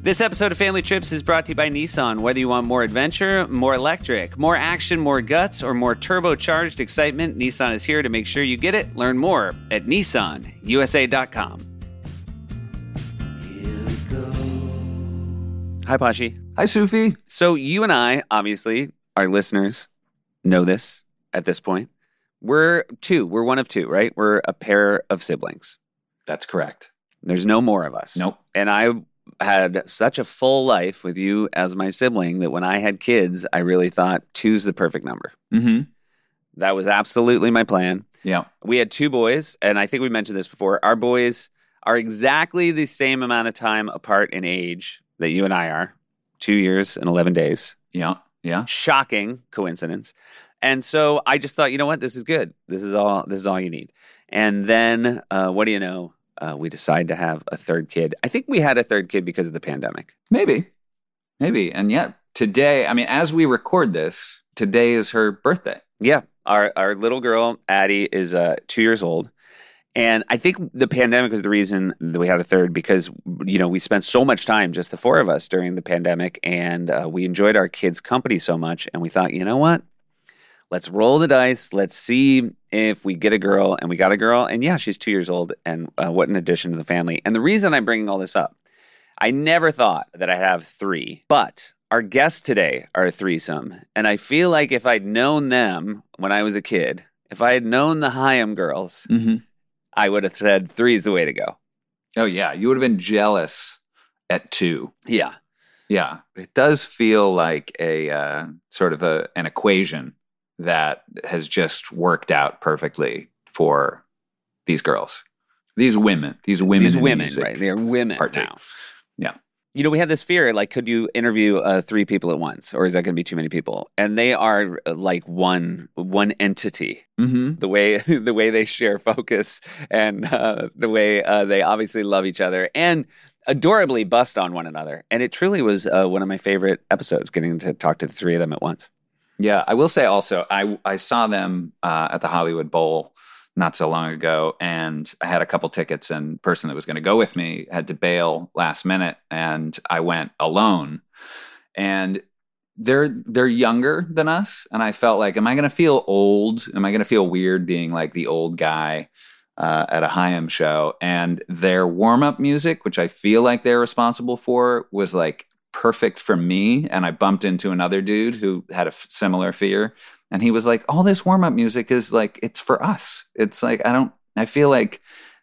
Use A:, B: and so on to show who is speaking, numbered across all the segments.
A: This episode of Family Trips is brought to you by Nissan. Whether you want more adventure, more electric, more action, more guts, or more turbocharged excitement, Nissan is here to make sure you get it. Learn more at nissanusa.com. Hi, Pashi.
B: Hi, Sufi.
A: So, you and I, obviously, our listeners know this at this point. We're two. We're one of two, right? We're a pair of siblings.
B: That's correct.
A: There's no more of us.
B: Nope.
A: And I had such a full life with you as my sibling that when I had kids, I really thought two's the perfect number.
B: Mm-hmm.
A: That was absolutely my plan.
B: Yeah.
A: We had two boys, and I think we mentioned this before. Our boys are exactly the same amount of time apart in age that you and I are two years and 11 days.
B: Yeah. Yeah.
A: Shocking coincidence. And so I just thought, you know what? This is good. This is all. This is all you need. And then, uh, what do you know? Uh, we decide to have a third kid. I think we had a third kid because of the pandemic.
B: Maybe. Maybe. And yet today, I mean, as we record this, today is her birthday.
A: Yeah, our our little girl Addie is uh, two years old, and I think the pandemic was the reason that we had a third because you know we spent so much time just the four of us during the pandemic, and uh, we enjoyed our kids' company so much, and we thought, you know what, let's roll the dice, let's see if we get a girl, and we got a girl, and yeah, she's two years old, and uh, what an addition to the family. And the reason I'm bringing all this up I never thought that I'd have three, but our guests today are a threesome. And I feel like if I'd known them when I was a kid, if I had known the Hyam girls,
B: Mm-hmm.
A: I would have said three's the way to go.
B: Oh, yeah. You would have been jealous at two.
A: Yeah.
B: Yeah. It does feel like a uh, sort of a, an equation that has just worked out perfectly for these girls, these women, these women,
A: These
B: in
A: women,
B: music.
A: right? They're women
B: Part two.
A: now.
B: Yeah.
A: You know, we had this fear like, could you interview uh, three people at once, or is that going to be too many people? And they are uh, like one one entity.
B: Mm-hmm.
A: the way the way they share focus and uh, the way uh, they obviously love each other and adorably bust on one another. And it truly was uh, one of my favorite episodes, getting to talk to the three of them at once.
B: Yeah, I will say also, I I saw them uh, at the Hollywood Bowl not so long ago, and I had a couple tickets, and the person that was going to go with me had to bail last minute, and I went alone, and they're they're younger than us, and I felt like, am I going to feel old? Am I going to feel weird being like the old guy? Uh, at a Haim show, and their warm up music, which I feel like they're responsible for, was like perfect for me. And I bumped into another dude who had a f- similar fear. And he was like, all this warm up music is like, it's for us. It's like, I don't, I feel like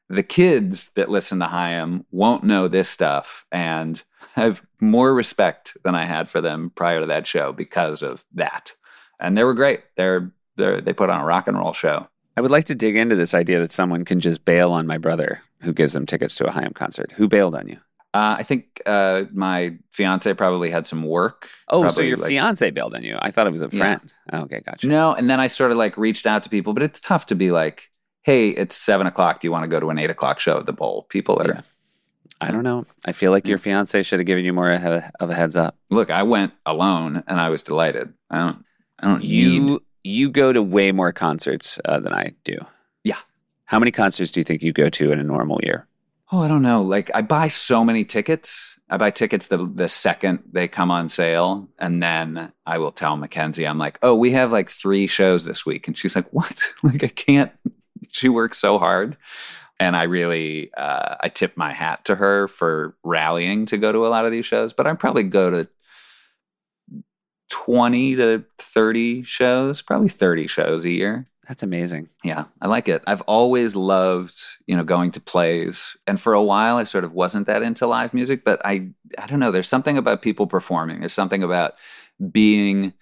B: the kids that listen to Haim won't know this stuff. And I have more respect than I had for them prior to that show because of that. And they were great. They're, they're they put on a rock and roll show.
A: I would like to dig into this idea that someone can just bail on my brother who gives them tickets to a Haim concert. Who bailed on you?
B: Uh, I think uh, my fiance probably had some work.
A: Oh, so
B: Probably,
A: your
B: like-
A: fiance bailed on you? I thought it was a
B: Yeah.
A: friend. Okay, gotcha.
B: No, and then I sort of like reached out to people, but it's tough to be like, hey, it's seven o'clock. Do you want to go to an eight o'clock show at the bowl? People are
A: Yeah. I don't know. I feel like
B: Mm.
A: your fiance should have given you more of a- of a heads up.
B: look, I went alone and I was delighted. I don't I don't need
A: You you go to way more concerts uh, than I do.
B: Yeah.
A: How many concerts do you think you go to in a normal year?
B: Oh, I don't know. Like I buy so many tickets. I buy tickets the the second they come on sale, and then I will tell Mackenzie, I'm like, oh, we have like three shows this week, and she's like, what? like I can't. She works so hard, and I really uh, I tip my hat to her for rallying to go to a lot of these shows. But I probably go to twenty to thirty shows, probably thirty shows a year.
A: That's amazing.
B: Yeah, I like it. I've always loved, you know, going to plays. And for a while I sort of wasn't that into live music, but I I don't know, there's something about people performing. There's something about being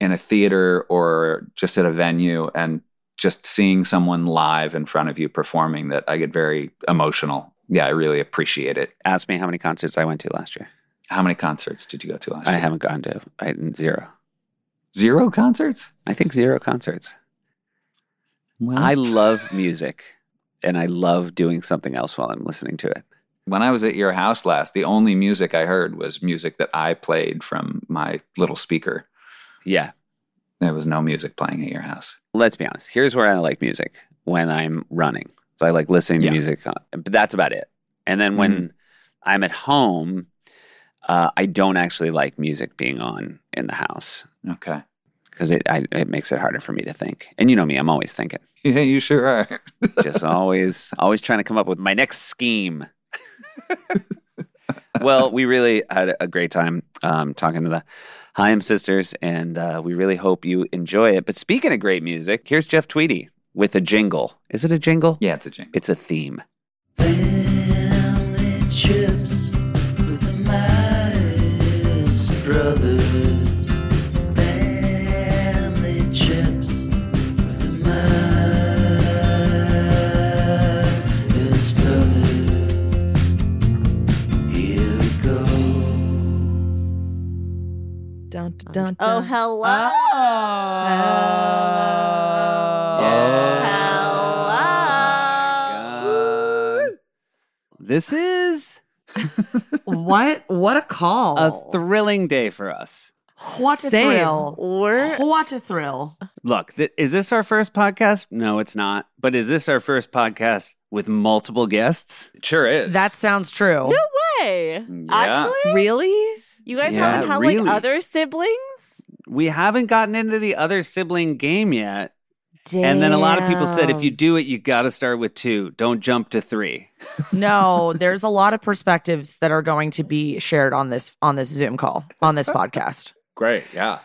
B: in a theater or just at a venue and just seeing someone live in front of you performing that I get very emotional. Yeah, I really appreciate it.
A: Ask me how many concerts I went to last year.
B: How many concerts did you go to last
A: I
B: year?
A: haven't gone to I, zero.
B: Zero concerts?
A: I think zero concerts.
B: Well,
A: I love music and I love doing something else while I'm listening to it.
B: when I was at your house last, the only music I heard was music that I played from my little speaker.
A: Yeah.
B: There was no music playing at your house.
A: Let's be honest. Here's where I like music when I'm running. So I like listening to uh,
B: Yeah.
A: music, on, but that's about it. And then when I'm at home, Uh, I don't actually like music being on in the house
B: Okay.
A: because it I, it makes it harder for me to think. And you know me, I'm always thinking,
B: Yeah, you sure are.
A: just always always trying to come up with my next scheme. well, we really had a great time um, talking to the Haim sisters, and uh, we really hope you enjoy it. But speaking of great music, here's Jeff Tweedy with a jingle. Is it a jingle?
B: Yeah, it's a jingle.
A: It's a theme.
C: Family trips with the Myers brothers. Family trips with the Myers brothers. Here we go.
D: Dun, dun, dun,
E: Oh,
D: dun.
E: hello.
D: Hello.
E: Hello.
A: God. This is
D: What? What a call.
A: a thrilling day for us.
D: what a
E: Same.
D: thrill.
E: We're
D: What a thrill.
A: Look, th- is this our first podcast? No, it's not. But is this our first podcast with multiple guests?
B: It sure is.
D: That sounds true.
E: no way.
A: Yeah.
E: Actually,
D: Really?
E: you guys
A: Yeah,
E: haven't had
A: really.
E: like other siblings.
A: We haven't gotten into the other sibling game yet. And then a lot of people said if you do it, you got to start with two. Don't jump to three.
D: No, there's a lot of perspectives that are going to be shared on this on this Zoom call, on this podcast.
B: great. Yeah.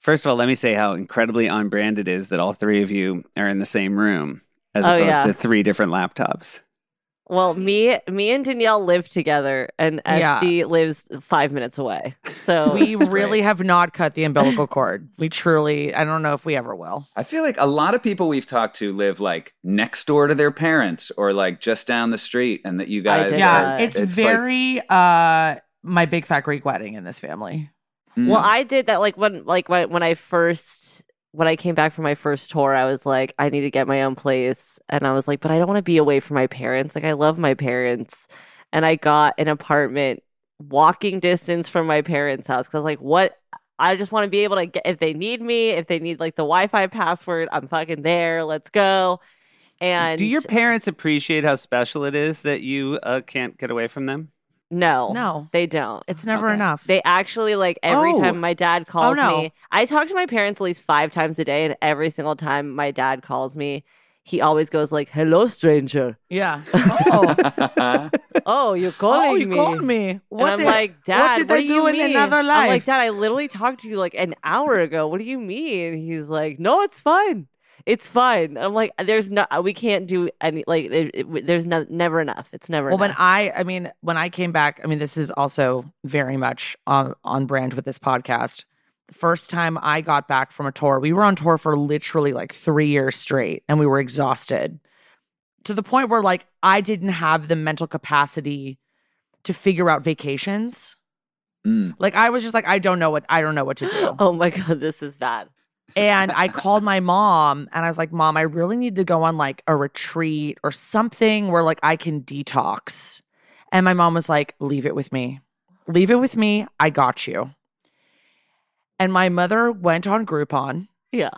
A: First of all, let me say how incredibly on brand it is that all three of you are in the same room as
E: Oh,
A: opposed
E: yeah.
A: to three different laptops.
E: Well, me, me and Danielle live together, and
D: Yeah.
E: SD lives five minutes away. So
D: We really have not cut the umbilical cord. We truly, I don't know if we ever will.
B: I feel like a lot of people we've talked to live like next door to their parents or like just down the street, and that you
E: I
B: guys.
E: did
D: Yeah,
B: are-
E: that.
D: it's,
B: uh, like-
D: very uh my big fat Greek wedding in this family.
B: Mm.
E: Well, I did that like when like when, when I first when I came back from my first tour, I was like, I need to get my own place, and I was like, but I don't want to be away from my parents. Like I love my parents, and I got an apartment walking distance from my parents' house because like what. I just want to be able to get if they need me, if they need like the Wi-Fi password, I'm fucking there. Let's go. And
A: do your parents appreciate how special it is that you uh, can't get away from them?
E: no,
D: No,
E: they don't.
D: it's never
A: Okay.
D: enough.
E: They actually like every
A: Oh.
E: time my dad calls
D: no.
E: me. I talk to my parents at least five times a day, and every single time my dad calls me, he always goes like, "Hello, stranger.
D: yeah. Oh,
E: Oh, you're calling
D: oh you
E: me."
D: called me.
E: And I'm
D: the-
E: like, Dad,
D: did
E: what
D: I
E: do
D: do
E: you
D: in
E: mean?"
D: another
E: I'm like,
D: life?
E: Dad, I literally talked to you like an hour ago. What do you mean? And he's like, No, it's fine. It's fine. I'm like, There's no, uh, we can't do any. Like, it, it- there's no, never enough. It's never
D: Well, when
E: enough.
D: I, I mean, when I came back, I mean, this is also very much on, on brand with this podcast. The first time I got back from a tour, we were on tour for literally like three years straight and we were exhausted to the point where like I didn't have the mental capacity to figure out vacations.
B: Mm.
D: Like I was just like, I don't know what, I don't know what to do.
E: oh my god, this is bad.
D: And I called my mom and I was like, Mom, I really need to go on like a retreat or something where like I can detox. And my mom was like, Leave it with me. Leave it with me. I got you. And my mother went on Groupon
E: Yeah.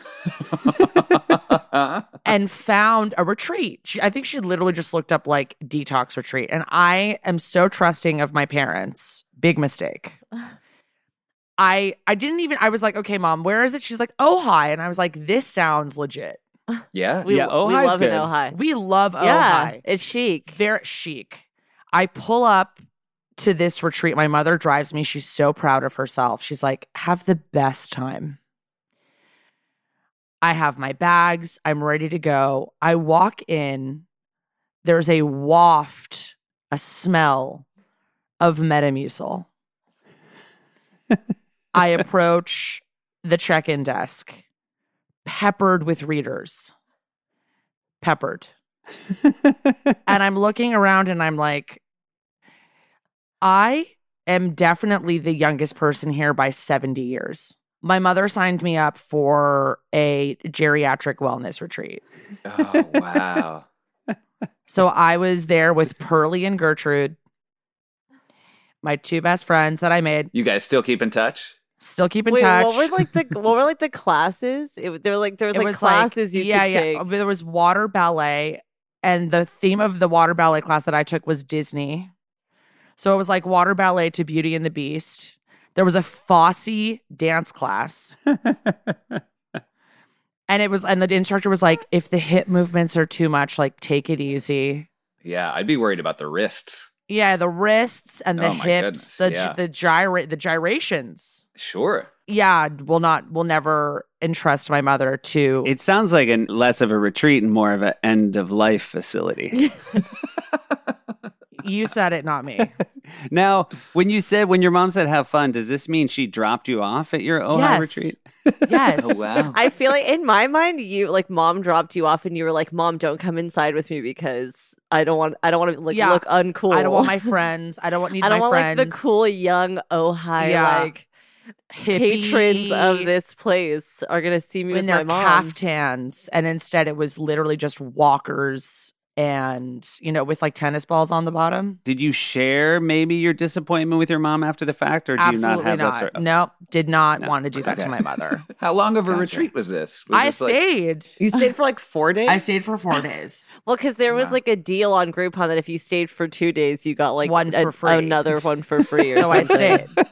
D: and found a retreat. She, I think she literally just looked up like detox retreat. And I am so trusting of my parents. Big mistake. I I didn't even I was like, okay, mom, where is it? She's like, oh hi. And I was like, this sounds legit.
B: yeah.
E: We,
A: Yeah,
E: we
A: Ojai's
E: love
A: good.
E: an Ojai.
D: We love Ojai.
E: yeah, it's chic.
D: Very chic. I pull up to this retreat. My mother drives me. She's so proud of herself. She's like, have the best time. I have my bags. I'm ready to go. I walk in. There's a waft, a smell of Metamucil. I approach the check in desk, peppered with readers. Peppered and I'm looking around and I'm like, I am definitely the youngest person here by 70 years. My mother signed me up for a geriatric wellness retreat.
B: Oh wow.
D: So I was there with Pearlie and Gertrude, my two best friends that I made.
B: You guys still keep in touch?
D: Still keep in
E: Wait,
D: touch.
E: what were like the what were like the classes? It, w- there were like there was
D: it
E: like
D: was
E: classes
D: like,
E: you
D: yeah,
E: could
D: yeah.
E: take.
D: Uh, There was water ballet, and the theme of the water ballet class that I took was Disney. So it was like water ballet to Beauty and the Beast. There was a Fosse dance class. and it was, and the instructor was like, if the hip movements are too much, like take it easy.
B: Yeah, I'd be worried about the wrists.
D: Yeah, the wrists and the
B: Oh my goodness,
D: hips, the
B: yeah.
D: the gyra- the gyrations.
B: Sure.
D: Yeah, will not will never entrust my mother to
A: It sounds like an less of a retreat and more of an end of life facility.
D: you said it, not me.
A: now, when you said when your mom said have fun, does this mean she dropped you off at your
E: Oh,
A: Ohio
D: Yes.
A: retreat? Oh,
D: Yes.
E: I feel like in my mind, you like mom dropped you off, and you were like, "Mom, don't come inside with me because I don't want I don't want to like
D: Yeah.
E: look uncool.
D: I don't want my friends. I don't want need
E: I don't
D: my
E: want
D: friends.
E: like the cool young Ohio
D: Yeah.
E: like patrons of
D: Hippie
E: this place are gonna see me
D: in
E: with
D: their
E: my mom.
D: caftans, and instead it was literally just walkers and you know with like tennis balls on the bottom.
A: Did you share maybe your disappointment with your mom after the fact, or do
D: Absolutely
A: you not have that sort of?
D: No, did not
A: No.
D: want to do that to
A: Okay.
D: my mother.
B: How long of a
A: Gotcha.
B: retreat was this? Was
D: I
B: this, like-
D: stayed.
F: You stayed for like four days.
D: I stayed for four days.
E: Well, because there was
B: Wow.
E: like a deal on Groupon that if you stayed for two days, you got like
D: One
E: a-
D: for free.
E: another one for free. Or
D: so I
E: something.
D: stayed.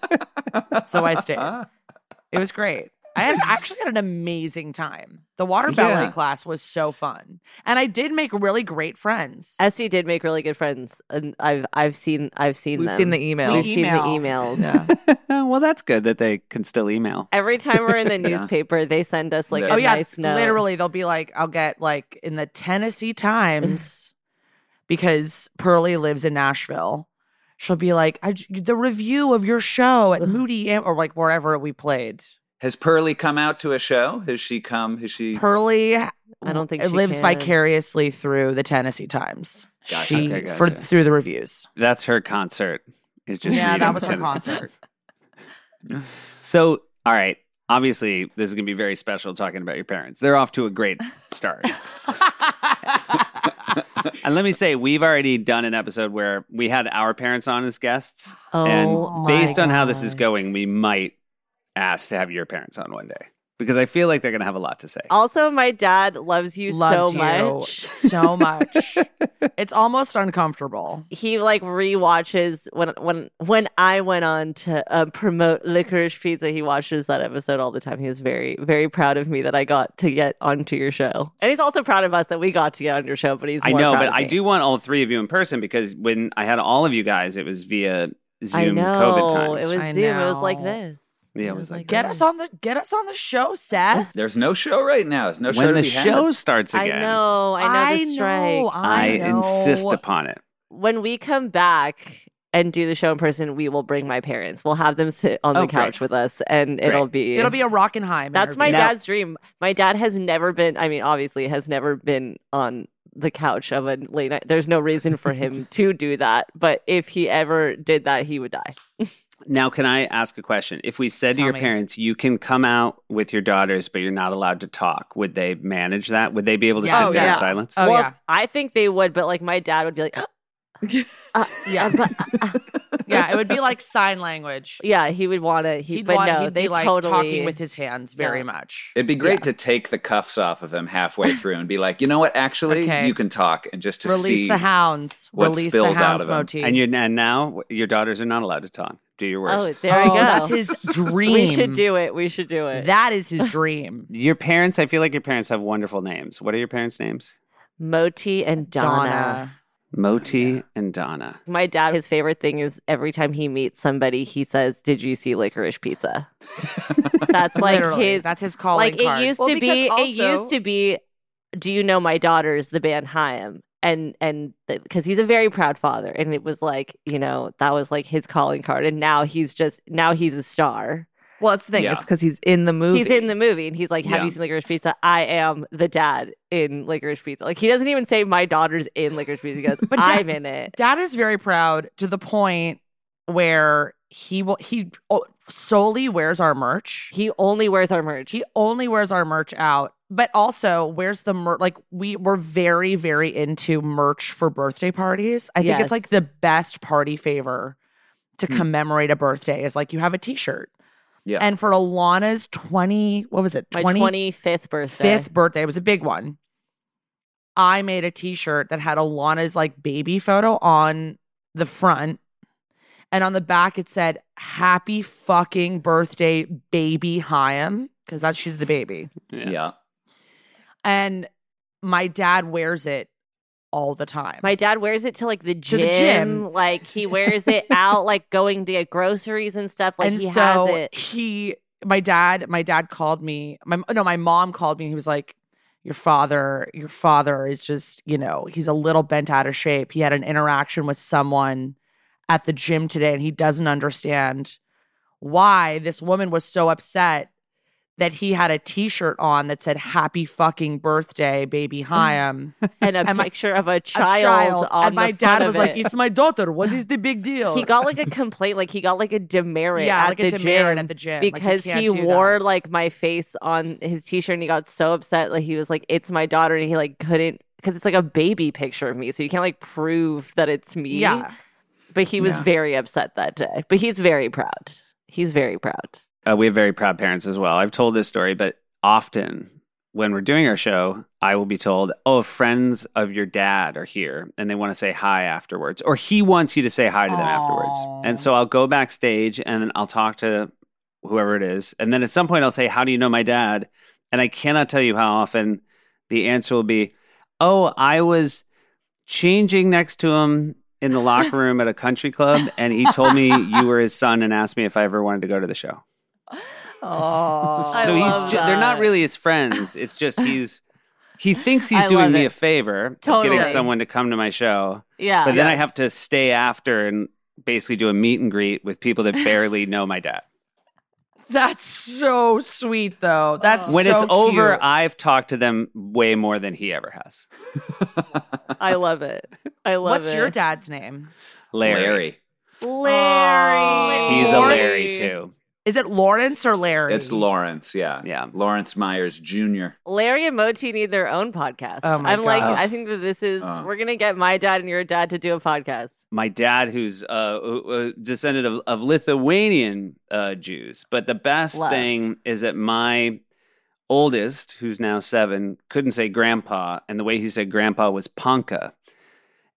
D: So Oh, I stayed. It was great. I had actually had an amazing time. The water ballet
B: Yeah.
D: class was so fun, and I did make really great friends.
E: Esty did make really good friends, and I've I've seen I've seen
G: We've
E: them.
G: seen the email.
E: We've
D: We
E: seen the
D: email.
E: emails.
G: yeah.
A: well, that's good that they can still email.
E: Every time we're in the newspaper, they send us like
B: Yeah.
E: a
D: oh yeah,
E: nice note.
D: literally they'll be like, I'll get like in the Tennessee Times because Pearly lives in Nashville. She'll be like, I, j- the review of your show at Moody Am- or like wherever we played.
B: Has Pearly come out to a show? Has she come? Has she?
D: Pearly,
E: I don't think she
D: lives
E: can.
D: vicariously through the Tennessee Times.
B: Gotcha.
D: She
A: Okay,
D: for
A: gotcha.
D: through the reviews.
A: That's her concert. Is just
D: yeah,
A: reading
D: that was her
A: Tennessee.
D: concert.
A: So, all right. Obviously, this is going to be very special talking about your parents. They're off to a great start. and let me say, we've already done an episode where we had our parents on as guests.
E: Oh,
A: and
E: my
A: based on how this is
E: God.
A: going, we might ask to have your parents on one day because I feel like they're going to have a lot to say.
E: Also, my dad loves you so
D: Loves you
E: much.
D: so much. it's almost uncomfortable.
E: He like rewatches when when when I went on to uh, promote Licorice Pizza. He watches that episode all the time. He was very very proud of me that I got to get onto your show, and he's also proud of us that we got to get on your show. But he's
A: I
E: more
A: know,
E: proud
A: but
E: of
A: I
E: me.
A: do want all three of you in person because when I had all of you guys, it was via
E: I
A: Zoom
E: know
A: COVID times.
E: it was
D: I
E: Zoom. It was like
D: know.
E: this.
A: Yeah, it was like
D: Get
E: this.
D: us on the get us on the show, Seth.
B: There's no show right now. There's no show.
A: when
B: to
A: the
B: be had.
A: show starts
E: I
A: again.
E: know. I know the strike.
D: know,
A: I
D: I, know.
A: insist upon it.
E: when we come back and do the show in person, we will bring my parents. We'll have them sit on
A: Oh,
E: the couch with us, and it'll be
D: It'll be a Rockenheim.
E: that's my
D: interview.
A: Now-
E: dad's dream. My dad has never been. I mean, obviously, has never been on the couch of a late night. There's no reason for him to do that. But if he ever did that, he would die.
A: Now, can I ask a question? If we said to
D: Tell
A: your
D: me.
A: parents, you can come out with your daughters, but you're not allowed to talk, would they manage that? Would they be able to
D: Yeah.
A: sit
E: Oh,
A: there
E: yeah.
A: in silence?
D: Oh
E: well,
D: yeah,
E: I think they would, but like my dad would be like, uh,
D: yeah,
E: but-
D: yeah. It would be like sign language.
E: yeah, he would want to. He,
D: He'd
E: but
D: want,
E: no,
D: he'd
E: they
D: be like
E: totally
D: talking with his hands very
E: Yeah.
D: much.
B: It'd be great to take the cuffs off of him halfway through and be like, you know what? Actually,
D: Okay.
B: you can talk, and just to
D: Release
B: see
D: the hounds.
B: what
D: Release the
B: spills out
D: hounds
B: of 'em.
D: motif.
A: And, you and now your daughters are not allowed to talk. Do your
E: Oh,
A: worst.
E: there we
D: Oh,
E: go.
D: That's his dream.
E: We should do it. We should do it.
D: That is his dream.
A: Your parents, I feel like your parents have wonderful names. What are your parents' names?
E: Moti and Donna.
D: Donna.
A: Moti and Donna.
E: My dad, his favorite thing is every time he meets somebody, he says, "Did you see licorice pizza?" That's like
D: Literally,
E: his.
D: that's his calling
E: like
D: card.
E: it used
G: Well,
E: to
G: because
E: be.
G: also-
E: it used to be. Do you know my daughters? The band Haim, and and because he's a very proud father, and it was like you know that was like his calling card, and now he's just now he's a star.
G: Well, it's the thing.
B: Yeah.
G: It's because he's in the movie.
E: He's in the movie, and he's like, "Have you
A: Yeah.
E: seen Licorice Pizza? I am the dad in Licorice Pizza." Like he doesn't even say my daughter's in Licorice Pizza. He goes,
D: But
E: "I'm in it."
D: Dad is very proud to the point where he will he oh, solely wears our merch.
E: He only wears our merch.
D: He only wears our merch out, but also wears the merch. Like we were very, very into merch for birthday parties. I think it's like
E: Yes.
D: the best party favor to commemorate a birthday is like you have a T-shirt.
B: Yeah.
D: And for Alana's twenty, what was it?
E: my
D: 20
E: twenty fifth birthday.
D: fifth birthday. It was a big one. I made a T-shirt that had Alana's like baby photo on the front, And on the back, it said, Happy fucking birthday, baby Chaim, because that's she's the baby.
A: Yeah.
B: yeah.
D: And my dad wears it all the time.
E: My dad wears it to like the
D: To
E: gym.
D: the gym.
E: Like he wears it out, like going to get groceries and stuff. Like
D: and
E: he
D: so
E: has it.
D: he my dad my dad called me my no my mom called me and he was like your father your father is just you know he's a little bent out of shape he had an interaction with someone at the gym today and he doesn't understand why this woman was so upset that he had a t-shirt on that said happy fucking birthday baby Chaim.
E: And a
D: and my-
E: picture of a
D: A
E: child, on
D: and my
E: the
D: dad
E: front
D: was
E: of
D: like
E: it.
D: it's my daughter what is the big deal
E: he got like a complaint, like he got like a demerit
D: yeah
E: at
D: like
E: the
D: a demerit
E: gym
D: at the gym Like, you
E: because
D: can't
E: he
D: do that.
E: wore like my face on his t-shirt and he got so upset like he was like it's my daughter and he like couldn't because it's like a baby picture of me so you can't like prove that it's me
D: yeah
E: but he was
B: Yeah.
E: very upset that day but he's very proud he's very proud
A: Uh, we have very proud parents as well. I've told this story, but often when we're doing our show, I will be told, "Oh, friends of your dad are here, and they want to say hi afterwards, or he wants you to say hi to them
D: Aw.
A: afterwards." And so I'll go backstage, and then I'll talk to whoever it is, and then at some point I'll say, "How do you know my dad?" And I cannot tell you how often the answer will be, "Oh, I was changing next to him." In the locker room at a country club, and he told me you were his son and asked me if I ever wanted to go to the show.
D: Oh,
E: I
A: So he's
E: love
A: ju- they're not
E: that.
A: really his friends. It's just he's he thinks
E: I
A: he's
E: love
A: doing me
E: it.
A: a favor of
E: Totally.
A: getting someone to come to my show.
E: yeah
A: But then I have to stay after and basically do a meet and greet with people that barely know my dad.
D: that's so sweet, though. That's
A: When
D: so
A: it's over,
D: cute.
A: I've talked to them way more than he ever has.
E: i love it i love
D: What's
E: it
D: your dad's name?
A: Larry.
E: larry
A: He's a
D: Lawrence.
A: Larry too.
D: Is it Lawrence or Larry?
B: It's Lawrence. Yeah.
A: Yeah.
B: Lawrence Myers Jr.
E: Larry and Moti need their own podcast.
D: Oh my
E: I'm like,
D: God.
E: I think that this is,
B: Uh.
E: we're going to get my dad and your dad to do a podcast.
A: My dad, who's uh, uh, descendant of, of Lithuanian uh, Jews. But the best
E: Love.
A: thing is that my oldest, who's now seven, couldn't say grandpa. And the way he said grandpa was Panka.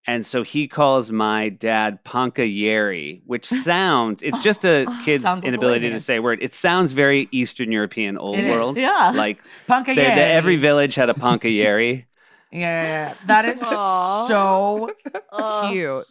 A: And so he calls my dad Panka Yeri, which sounds, it's just a kid's
D: Sounds
A: inability
D: Lithuanian.
A: to say a word. It sounds very Eastern European old
D: It is.
A: world.
E: Yeah.
A: Like
D: Punk
A: they- they-
D: again.
A: every village had a Panka Yeri.
D: yeah, yeah, yeah. that is
E: Aw.
D: so
E: Oh.
D: cute.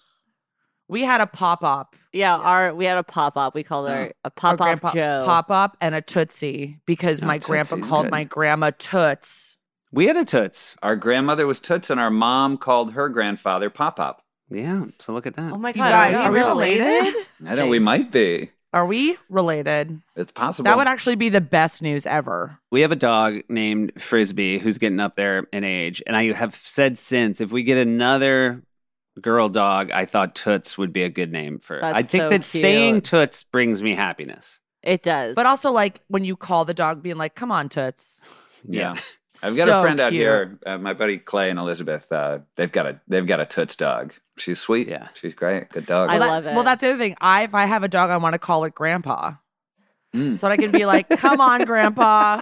D: We had a pop up,
E: Yeah, our we had a pop up. We called her a pop up Joe.
D: pop up, and a tootsie because
A: Oh,
D: my grandpa
A: Tootsie's
D: called
A: good.
D: my grandma Toots.
A: We had a Toots.
B: Our grandmother was Toots, and our mom called her grandfather Pop Pop.
A: Yeah. So look at that.
E: Oh my
D: You
E: god,
D: guys,
E: we
D: are we
E: related?
D: related?
B: I know we might be.
D: Are we related?
B: It's possible.
D: That would actually be the best news ever.
A: We have a dog named Frisbee who's getting up there in age. And I have said since if we get another girl dog, I thought Toots would be a good name for
E: That's
A: I think
E: so
A: that
E: cute.
A: saying Toots brings me happiness.
E: It does.
D: But also, like when you call the dog, being like, "Come on, Toots."
B: yeah. I've got
D: So
B: a friend out
D: cute.
B: here, uh, my buddy Clay and Elizabeth. Uh, they've got a they've got a Toots dog. She's sweet.
A: Yeah.
B: she's great. Good dog.
E: I
D: Well, that-
E: love it.
D: Well, that's the other thing. I if I have a dog, I want to call it Grandpa,
B: Mm.
D: so that I can be like, "Come on, Grandpa."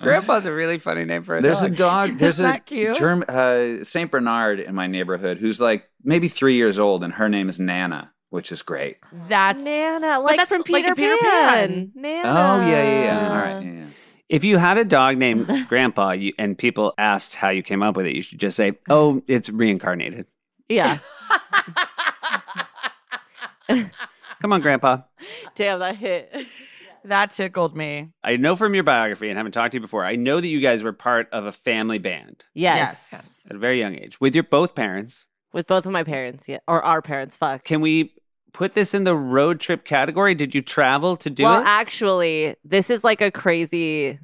A: Grandpa's a really funny name for a
B: Uh-huh. there's
A: dog.
B: a dog. There's
D: Isn't
B: a
D: that cute?
B: Germ, uh, Saint Bernard in my neighborhood who's like maybe three years old, and her name is Nana, which is great.
D: That's
E: Nana, like
D: that's
E: from
D: like
E: Peter,
D: in Peter
E: Pan.
D: Pan.
E: Nana.
B: Oh yeah, yeah, yeah. All right, yeah, yeah.
A: if you had a dog named Grandpa you, and people asked how you came up with it, you should just say, Oh, it's reincarnated.
E: Yeah.
A: Come on, Grandpa.
E: Damn, that hit.
D: that tickled me.
A: I know from your biography and haven't talked to you before, I know that you guys were part of a family band
E: Yes.
A: at a very young age with your both parents.
E: With both of my parents, yeah. Or our parents, fuck.
A: Can we put this in the road trip category? Did you travel to do
E: well,
A: it?
E: actually, this is like a crazy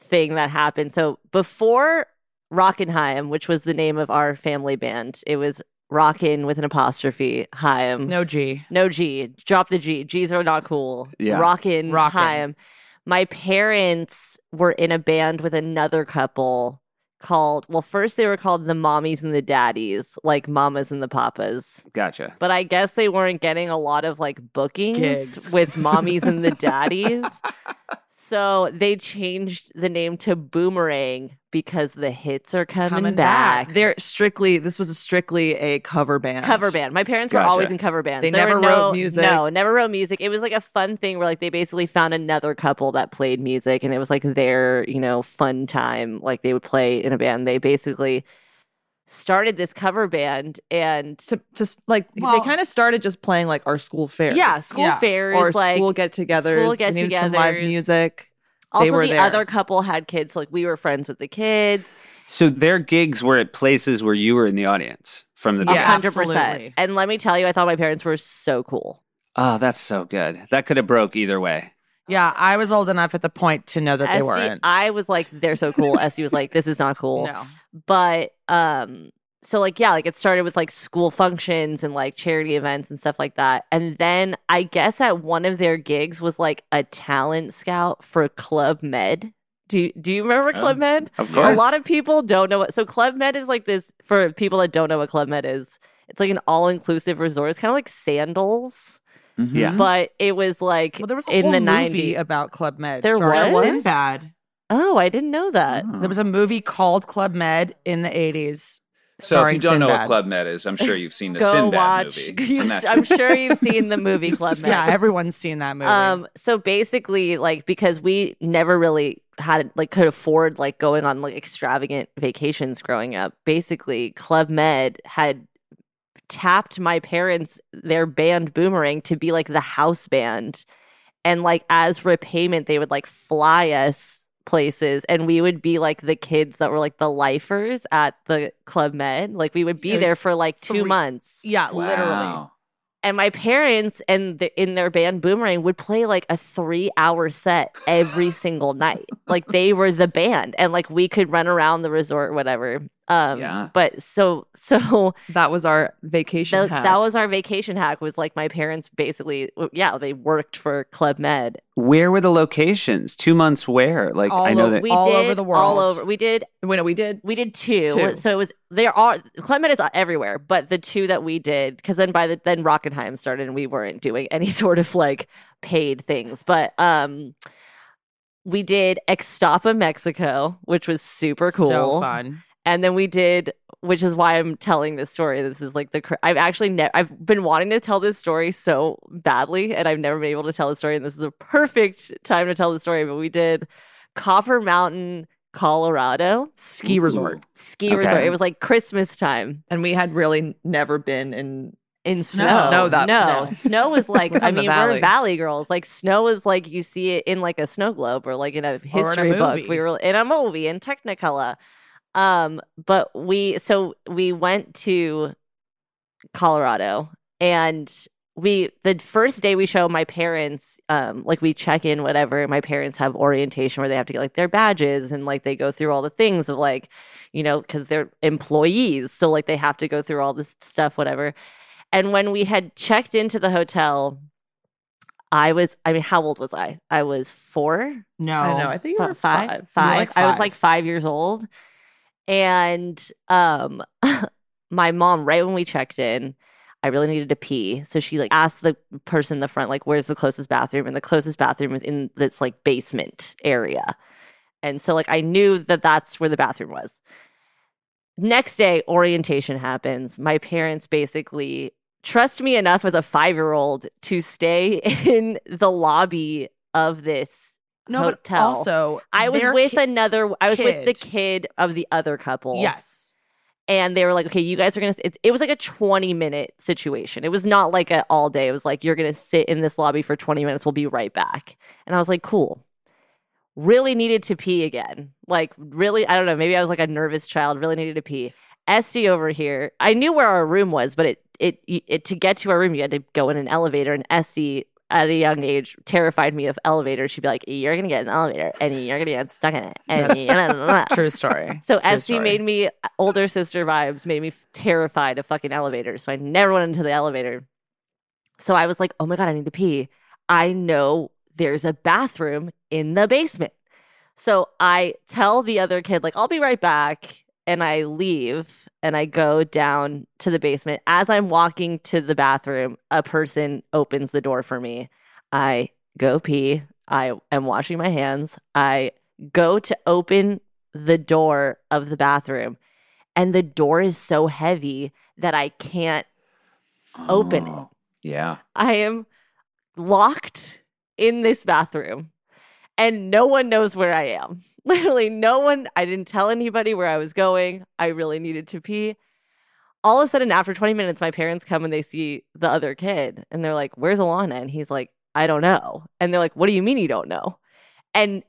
E: thing that happened. So before Rockinheim, which was the name of our family band, it was Rockin with an apostrophe, Heim.
D: No G.
E: No G. Drop the G. G's are not cool.
A: Yeah.
E: Rockin',
D: Rockin'.
E: Haim. My parents were in a band with another couple called, well, first they were called the Mommies and the Daddies, like Mamas and the Papas.
A: gotcha.
E: But I guess they weren't getting a lot of like bookings
D: Gigs.
E: with Mommies and the Daddies. So they changed the name to Boomerang because the hits are coming,
D: Coming back.
E: back.
F: They're strictly. This was a strictly a cover band.
E: cover band. My parents were
H: Gotcha.
E: always in cover bands.
F: They
E: There
F: never
E: were no-
F: wrote music.
E: No, never wrote music. It was like a fun thing where like they basically found another couple that played music and it was like their, you know, fun time. Like they would play in a band. They basically started this cover band and
F: To just like
D: Well-
F: they kind of started just playing like our school fairs.
E: yeah, school
D: Yeah.
E: fairs
F: or
E: like
F: school get-togethers.
E: school
F: They needed some live
E: get-togethers.
F: music.
E: also
F: were
E: the
F: there.
E: other couple had kids, so like we were friends with the kids.
A: So their gigs were at places where you were in the audience from the
E: A
F: Yeah,
A: beginning.
E: hundred
D: absolutely.
E: percent. And let me tell you, I thought my parents were so cool.
A: Oh, that's so good. That could have broke either way.
D: Yeah, I was old enough at the point to know that they
E: SC
D: weren't.
E: E I was like, they're so cool. SC was like, this is not cool.
D: No.
E: but um so like yeah like it started with like school functions and like charity events and stuff like that and then i guess at one of their gigs was like a talent scout for club med do you, do you remember club med
H: Of
E: a
H: course.
E: lot of people don't know what so club med is like this for people that don't know what club med is it's like an all-inclusive resort it's kind of like sandals
B: Yeah.
E: but it was like
D: Mm-hmm. Well, there was a
E: in
D: whole
E: the
D: movie
E: 90s
D: about Club Med.
E: There
D: starring
E: was?
D: Sinbad.
E: oh i didn't know that
B: Mm.
D: There was a movie called Club Med in the 80s.
B: So if
D: starring
B: you don't know what
D: Sinbad.
B: Club Med is, I'm sure you've seen the
E: go
B: Sinbad
E: watch
B: movie. and that's-
E: i'm sure you've seen the movie club med
D: Yeah, everyone's seen that movie.
E: Um, so basically, like because we never really had like could afford like going on like extravagant vacations growing up. Basically, Club Med had tapped my parents their band Boomerang to be like the house band, and like as repayment, they would like fly us places and we would be like the kids that were like the lifers at the club med like we would be
D: Yeah,
E: there for like
D: three-
E: two months
D: yeah, literally.
B: Wow.
E: and my parents and the, in their band Boomerang would play like a three hour set every single night. Like they were the band, and like we could run around the resort, whatever. Um,
B: Yeah.
E: But so so
F: That was our vacation.
E: that,
F: hack.
E: that was our vacation hack. Was like my parents basically, yeah, they worked for Club Med.
A: Where were the locations? Two months where? Like
D: All
A: I know
D: over-
A: that
E: We
D: All
E: did
D: over the
E: All
D: world.
E: over. We did
F: Wait, no, we did.
E: we did two.
F: Two.
E: So it was there are Club Med is everywhere, but the two that we did because then by the then Rockenheim started and we weren't doing any sort of like paid things, but um. We did Extapa Mexico, which was super cool.
D: So fun.
E: And then we did, which is why I'm telling this story. This is like the cra- I've actually ne- I've been wanting to tell this story so badly, and I've never been able to tell the story. And this is a perfect time to tell the story. But we did Copper Mountain, Colorado
D: Ski resort.
E: ski resort. It was like Christmas time
F: and we had really never been in
E: in
D: Snow.
E: snow.
F: Snow that-
E: no,
F: no.
E: snow was like
F: We're
E: I
F: in the
E: mean we're
F: valley.
E: valley girls. Like snow is like you see it in like a snow globe or like in a
D: Or in a
E: history book.
D: movie.
E: We were in a movie in Technicolor. Um, but we so we went to Colorado and we the first day we show my parents um like we check in whatever and my parents have orientation where they have to get like their badges and like they go through all the things of like you know because they're employees so like they have to go through all this stuff whatever and when we had checked into the hotel i was i mean how old was i i was four
D: No.
F: I don't know. I think we
E: Fi-
F: were
E: five,
F: Oh, five.
E: five.
D: like
E: I was
D: five.
E: like five years old, and um, my mom right when we checked in, I really needed to pee, so she like asked the person in the front like, "Where's the closest bathroom?" And the closest bathroom was in this like basement area, and so like I knew that that's where the bathroom was. Next day, orientation happens. My parents basically trust me enough as a five year old to stay in the lobby of this
D: No, but
E: hotel.
D: also
E: I was
D: their
E: with
D: ki-
E: another. I was with the
D: kid.
E: kid of the other couple.
D: Yes.
E: and they were like, "Okay, you guys are gonna." It, it was like a twenty-minute situation. It was not like an all day. It was like you're gonna sit in this lobby for twenty minutes. We'll be right back. And I was like, "Cool." Really needed to pee again. Like really, I don't know. Maybe I was like a nervous child. Really needed to pee. Esty over here. I knew where our room was, but it it it to get to our room, you had to go in an elevator. And Esty, at a young age, terrified me of elevators. She'd be like, "You're gonna get an elevator, and you're gonna get stuck in it." And
D: That's
E: you're gonna- blah, blah, blah."
D: True story.
E: so
D: True
E: Esty
D: story.
E: made me older sister vibes. Made me terrified of fucking elevators. So I never went into the elevator. So I was like, "Oh my god, I need to pee." I know there's a bathroom in the basement. So I tell the other kid, like, I'll be right back. And I leave and I go down to the basement. As I'm walking to the bathroom, a person opens the door for me. I go pee. I am washing my hands. I go to open the door of the bathroom, and the door is so heavy that I can't. Open it.
B: Oh, Yeah.
E: I am locked in this bathroom, and no one knows where I am. Literally, no one. I didn't tell anybody where I was going. I really needed to pee. All of a sudden, after 20 minutes, my parents come and they see the other kid, and they're like, "Where's Alana?" And he's like, "I don't know." And they're like, "What do you mean you don't know?" And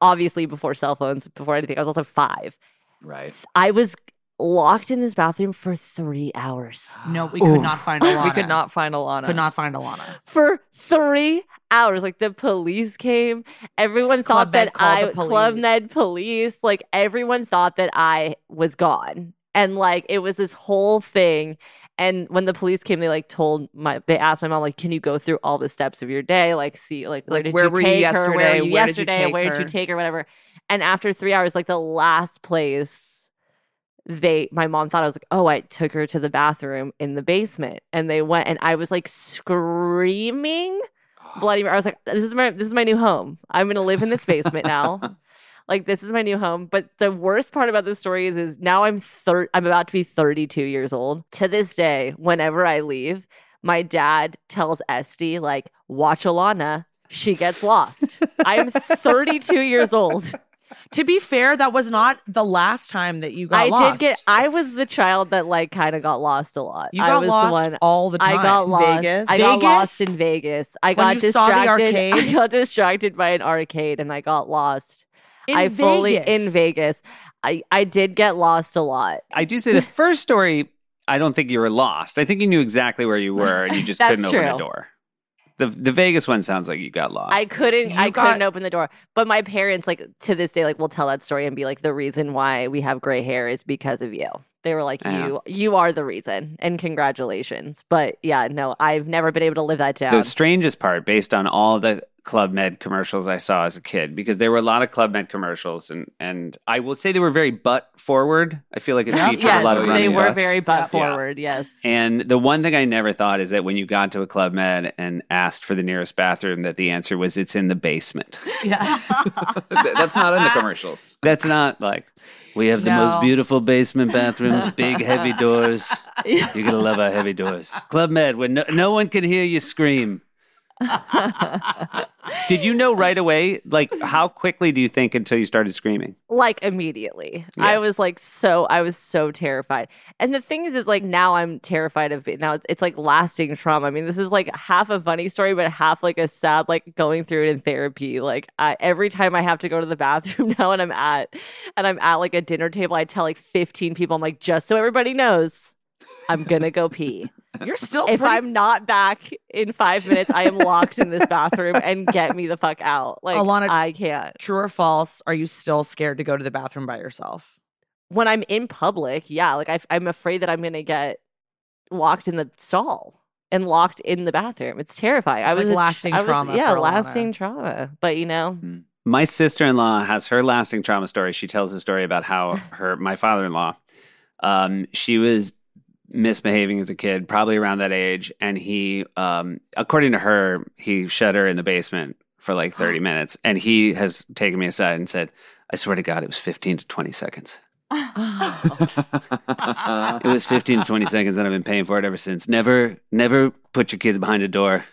E: obviously, before cell phones, before anything, I was also five.
B: Right.
E: I was locked in this bathroom for three hours.
D: No, we could
A: Oof.
D: not find Alana.
F: We could not find Alana.
D: could not find Alana.
E: for three hours. Like the police came. Everyone
D: Club
E: thought
D: Med
E: that
D: called
E: I
D: the
E: Club
D: police.
E: Med police. Like everyone thought that I was gone. And like it was this whole thing. And when the police came, they like told my they asked my mom, like, can you go through all the steps of your day? Like see like where
F: Like,
E: did
F: where
E: you
F: were you
E: take her? Where were
F: yesterday?
E: you
F: Where did you
E: yesterday?
F: take
E: where did you
F: her?
E: take her? Whatever. And after three hours, like the last place they my mom thought I was like, oh, I took her to the bathroom in the basement. And they went and I was like screaming bloody Mary. I was like, this is my this is my new home. I'm gonna live in this basement now. like this is my new home. But the worst part about this story is is now I'm thir- I'm about to be 32 years old. To this day, whenever I leave, my dad tells Esty, like, watch Alana. She gets lost. I am 32 years old.
D: To be fair, that was not the last time that you got
E: I
D: lost.
E: did get. I was the child that like kind of got lost a lot.
D: you
E: I
D: got
E: was
D: lost
E: the one.
D: all the time.
E: I got lost.
F: Vegas?
E: I got lost
D: Vegas?
E: in Vegas. I
D: When
E: got
D: you saw the
E: distracted. I
D: arcade?
E: got distracted by an arcade and I got lost.
D: in
E: I
D: Vegas.
E: fully in Vegas. I I did get lost a lot.
A: I do say the first story, I don't think you were lost. I think you knew exactly where you were and you just
E: That's
A: couldn't open
E: true.
A: a door. The the Vegas one sounds like you got lost.
E: I couldn't.
D: You
E: I
D: got-
E: couldn't open the door. But my parents, like to this day, like will tell that story and be like, the reason why we have gray hair is because of you. They were like,
A: Yeah.
E: you you are the reason, and congratulations. But yeah, no, I've never been able to live that down.
A: the strangest part, based on all the Club Med commercials I saw as a kid, because there were a lot of Club Med commercials, and and I will say they were very butt forward. I feel like it
D: Yep.
A: featured
E: yes,
A: a lot of
B: they
A: running
E: they were
A: butts.
E: very butt
A: Yeah.
E: forward. Yes.
A: And the one thing I never thought is that when you got to a Club Med and asked for the nearest bathroom, that the answer was it's in the basement.
D: Yeah.
B: Th- That's not in the commercials.
A: That's not like we have the
D: No.
A: most beautiful basement bathrooms, big heavy doors. You're gonna love our heavy doors. Club Med, when no, no one can hear you scream. Did you know right away? Like, how quickly do you think until you started screaming?
E: like immediately.
A: Yeah.
E: I was like so I was so terrified. And the thing is is like now I'm terrified of it. Now it's, it's like lasting trauma. I mean, this is like half a funny story but half like a sad like going through it in therapy. Like I, every time I have to go to the bathroom now and I'm at and I'm at like a dinner table, I tell like 15 people I'm like just so everybody knows, I'm going to go pee.
D: You're still
E: if
D: pretty-
E: I'm not back in 5 minutes, I am locked in this bathroom and get me the fuck out. Like
D: Alana-
E: I can't.
D: true or false, are you still scared to go to the bathroom by yourself?
E: when I'm in public, yeah, like I, I'm afraid that I'm gonna get locked in the stall and locked in the bathroom. It's terrifying. I
D: It's like
E: was a ch-
D: lasting
E: I was-
D: trauma
E: Yeah,
D: for Alana.
E: lasting trauma. But you know,
A: My sister in law has her lasting trauma story. She tells a story about how her my father in law, um, she was misbehaving as a kid, probably around that age, and he, um, according to her, he shut her in the basement for like thirty minutes, and he has taken me aside and said, "I swear to God, it was fifteen to twenty seconds. It was fifteen to twenty seconds, and I've been paying for it ever since. Never, never put your kids behind a door.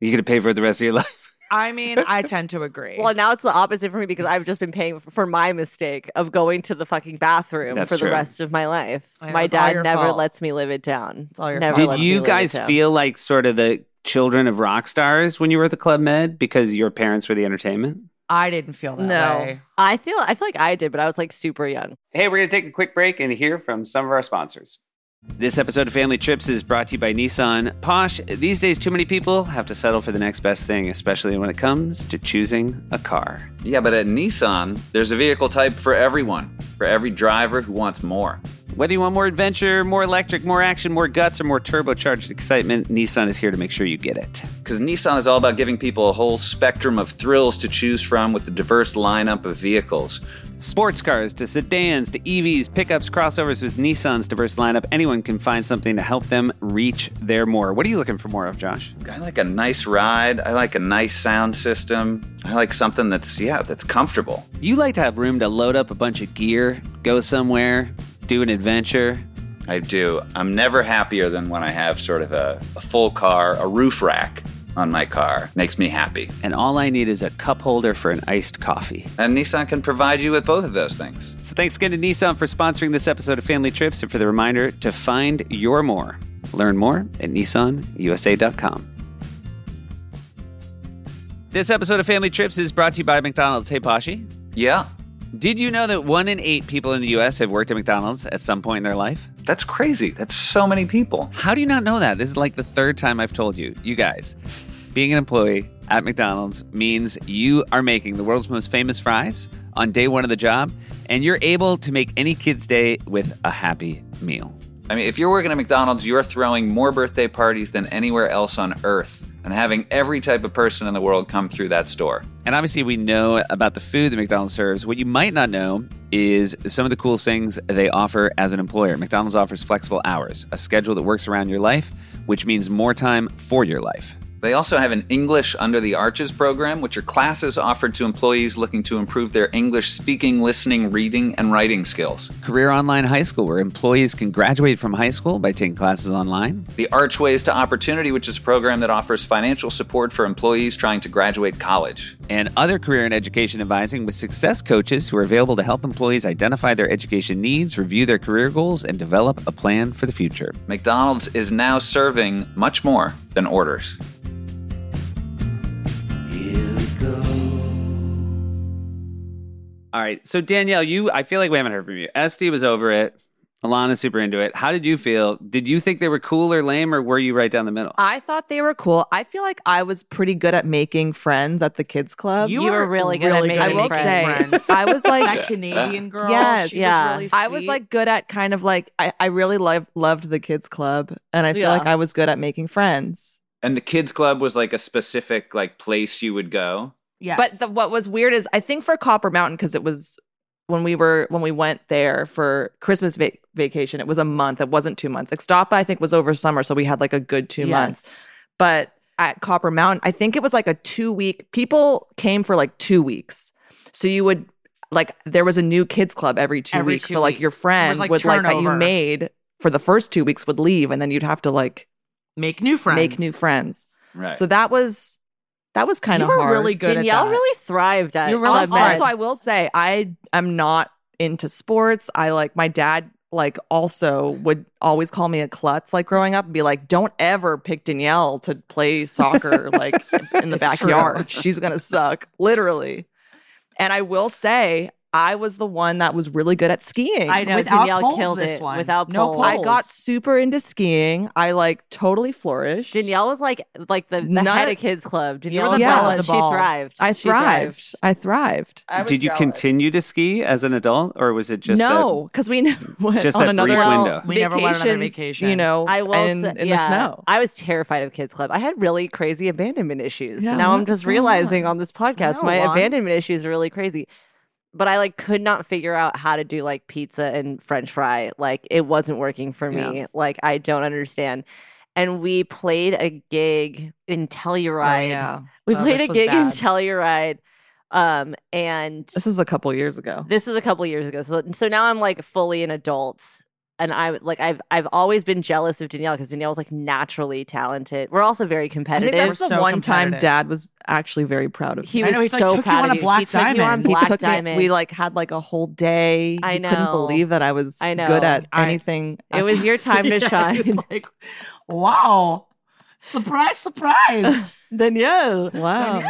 A: You're gonna pay for it the rest of your life."
D: I mean, I tend to agree.
E: well, now it's the opposite for me because I've just been paying f- for my mistake of going to the fucking bathroom
A: That's
E: for
A: true.
E: the rest of my life.
D: I know,
E: my
D: it's all
E: dad
D: your
E: never
D: fault.
E: lets me live it down.
D: It's all your
E: Never
D: fault.
A: Did
E: lets me
A: you
E: live it
A: guys
E: down.
A: feel like sort of the children of rock stars when you were at the Club Med because your parents were the entertainment?
D: I didn't feel that
F: No.
D: way.
E: I feel. I feel like I did, but I was like super young.
A: Hey, we're going to take a quick break and hear from some of our sponsors. This episode of Family Trips is brought to you by Nissan. Posh, these days, too many people have to settle for the next best thing, especially when it comes to choosing a car.
B: Yeah, but at Nissan, there's a vehicle type for everyone, for every driver who wants more.
A: Whether you want more adventure, more electric, more action, more guts, or more turbocharged excitement, Nissan is here to make sure you get it.
B: because Nissan is all about giving people a whole spectrum of thrills to choose from with a diverse lineup of vehicles.
A: Sports cars to sedans to EVs, pickups, crossovers with Nissan's diverse lineup, anyone can find something to help them reach their more. What are you looking for more of, Josh?
B: I like a nice ride. I like a nice sound system. I like something that's, yeah, that's comfortable.
A: You like to have room to load up a bunch of gear, go somewhere, do an adventure.
B: I do. I'm never happier than when I have sort of a, a full car, a roof rack on my car. Makes me happy.
A: and all I need is a cup holder for an iced coffee.
B: And Nissan can provide you with both of those things.
A: So thanks again to Nissan for sponsoring this episode of Family Trips and for the reminder to find your more. Learn more at nissanusa.com. This episode of Family Trips is brought to you by McDonald's. Hey, Pashi.
B: Yeah,
A: Did you know that one in eight people in the U.S. have worked at McDonald's at some point in their life?
B: that's crazy. That's so many people.
A: How do you not know that? This is like the third time I've told you. You guys, being an employee at McDonald's means you are making the world's most famous fries on day one of the job, and you're able to make any kid's day with a happy meal.
B: I mean, if you're working at McDonald's, you're throwing more birthday parties than anywhere else on earth and having every type of person in the world come through that store.
A: And obviously, we know about the food that McDonald's serves. What you might not know is some of the coolest things they offer as an employer. McDonald's offers flexible hours, a schedule that works around your life, which means more time for your life.
B: They also have an English Under the Arches program, which are classes offered to employees looking to improve their English speaking, listening, reading, and writing skills.
A: Career Online High School, where employees can graduate from high school by taking classes online.
B: The Archways to Opportunity, which is a program that offers financial support for employees trying to graduate college.
A: and other career and education advising with success coaches who are available to help employees identify their education needs, review their career goals, and develop a plan for the future.
B: McDonald's is now serving much more than orders.
C: Here we go.
A: All right. So Danielle, you I feel like we haven't heard from you. Esty was over it. Alana's super into it. How did you feel? Did you think they were cool or lame, or were you right down the middle?
F: I thought they were cool. I feel like I was pretty good at making friends at the kids club.
E: You were really good at making
F: I will
E: friends.
F: say, I was like,
D: that Canadian girl.
F: Yes.
D: she
E: Yeah.
D: Was really
F: I was
D: sweet.
F: like good at kind of like I, I really love loved the kids club and I feel
E: Yeah.
F: like I was good at making friends.
B: And the kids club was like a specific like place you would go.
D: yes.
F: But the, what was weird is I think for Copper Mountain because it was when we were when we went there for Christmas va- vacation it was a month it wasn't 2 months. Extapa I think was over summer so we had like a good 2
E: Yes.
F: months. But at Copper Mountain I think it was like a 2 week people came for like 2 weeks. So you would like there was a new kids club every two
D: Every
F: weeks.
D: two
F: so like your
D: weeks. There was,
F: friend
D: like,
F: would like that you
D: turnover.
F: made for the first two weeks would leave, and then you'd have to like
D: make new friends.
F: make new friends.
B: Right.
F: So that was that was kind
D: You
F: of
D: were
F: hard.
D: really good.
E: Danielle
D: at that.
E: really thrived at
D: You were
E: on
D: really
F: Also,
E: men.
D: fun.
F: I will say I am not into sports. I like my dad like also would always call me a klutz like growing up and be like don't ever pick danielle to play soccer like in the
D: It's true.
F: backyard she's gonna suck literally and i will say i was the one that was really good at skiing
E: I know
D: Without
E: Danielle
D: poles
E: killed
D: this
E: it
D: one.
E: without
D: No
E: poles.
F: I got
D: Goals.
F: super into skiing. I like totally flourished.
E: Danielle was like like the, the
F: None
E: head
F: of-
E: of kids club.
D: were
E: Danielle
D: the
E: was
F: belle
E: all-
D: of the
E: she
D: ball.
E: thrived.
F: I
E: She thrived.
F: thrived. I thrived.
A: Did you continue to ski as an adult, or was it just
F: no, because we never went
A: Just
F: on
A: that
F: another
A: brief
F: vacation.
A: window.
D: We never went on another vacation.
F: You know,
E: I will
F: in,
E: say,
F: in
E: yeah,
F: the snow.
E: I was terrified of kids club. I had really crazy abandonment issues.
F: Yeah,
E: now I'm
F: what's
E: just
F: going
E: realizing
F: on?
E: on this podcast
D: know,
E: my
D: Lance.
E: abandonment issues are really crazy. But I like could not figure out how to do like pizza and french fry. Like it wasn't working for
F: Yeah.
E: me. Like I don't understand. And we played a gig in Telluride.
F: Oh, yeah,
E: We
D: Oh,
E: played
D: this
E: a
D: was
E: gig in
D: bad.
E: Telluride. Um and
F: this was a couple years ago.
E: this was a couple years ago. So so now I'm like fully an adult. And I like I've I've always been jealous of Danielle because Danielle's like naturally talented. We're also very
F: I think
E: competitive.
F: that
D: We're
F: was the
D: so
F: one time
D: competitive.
F: Dad was actually very proud of.
E: he
F: me.
D: I
E: was
D: know, he's,
E: so
D: like, took you
E: proud
D: on
E: of
D: a Black
E: he took you on
D: Diamond. He
E: Black
F: he took
E: Diamond.
F: me. We like had like a whole day.
E: I
F: He couldn't
E: know.
F: believe that I was
E: I know.
F: good at
D: I-
F: anything.
E: it was your time to
D: Yeah,
E: shine.
D: it's like, wow. Surprise, surprise.
E: Danielle.
D: oh.
F: wow.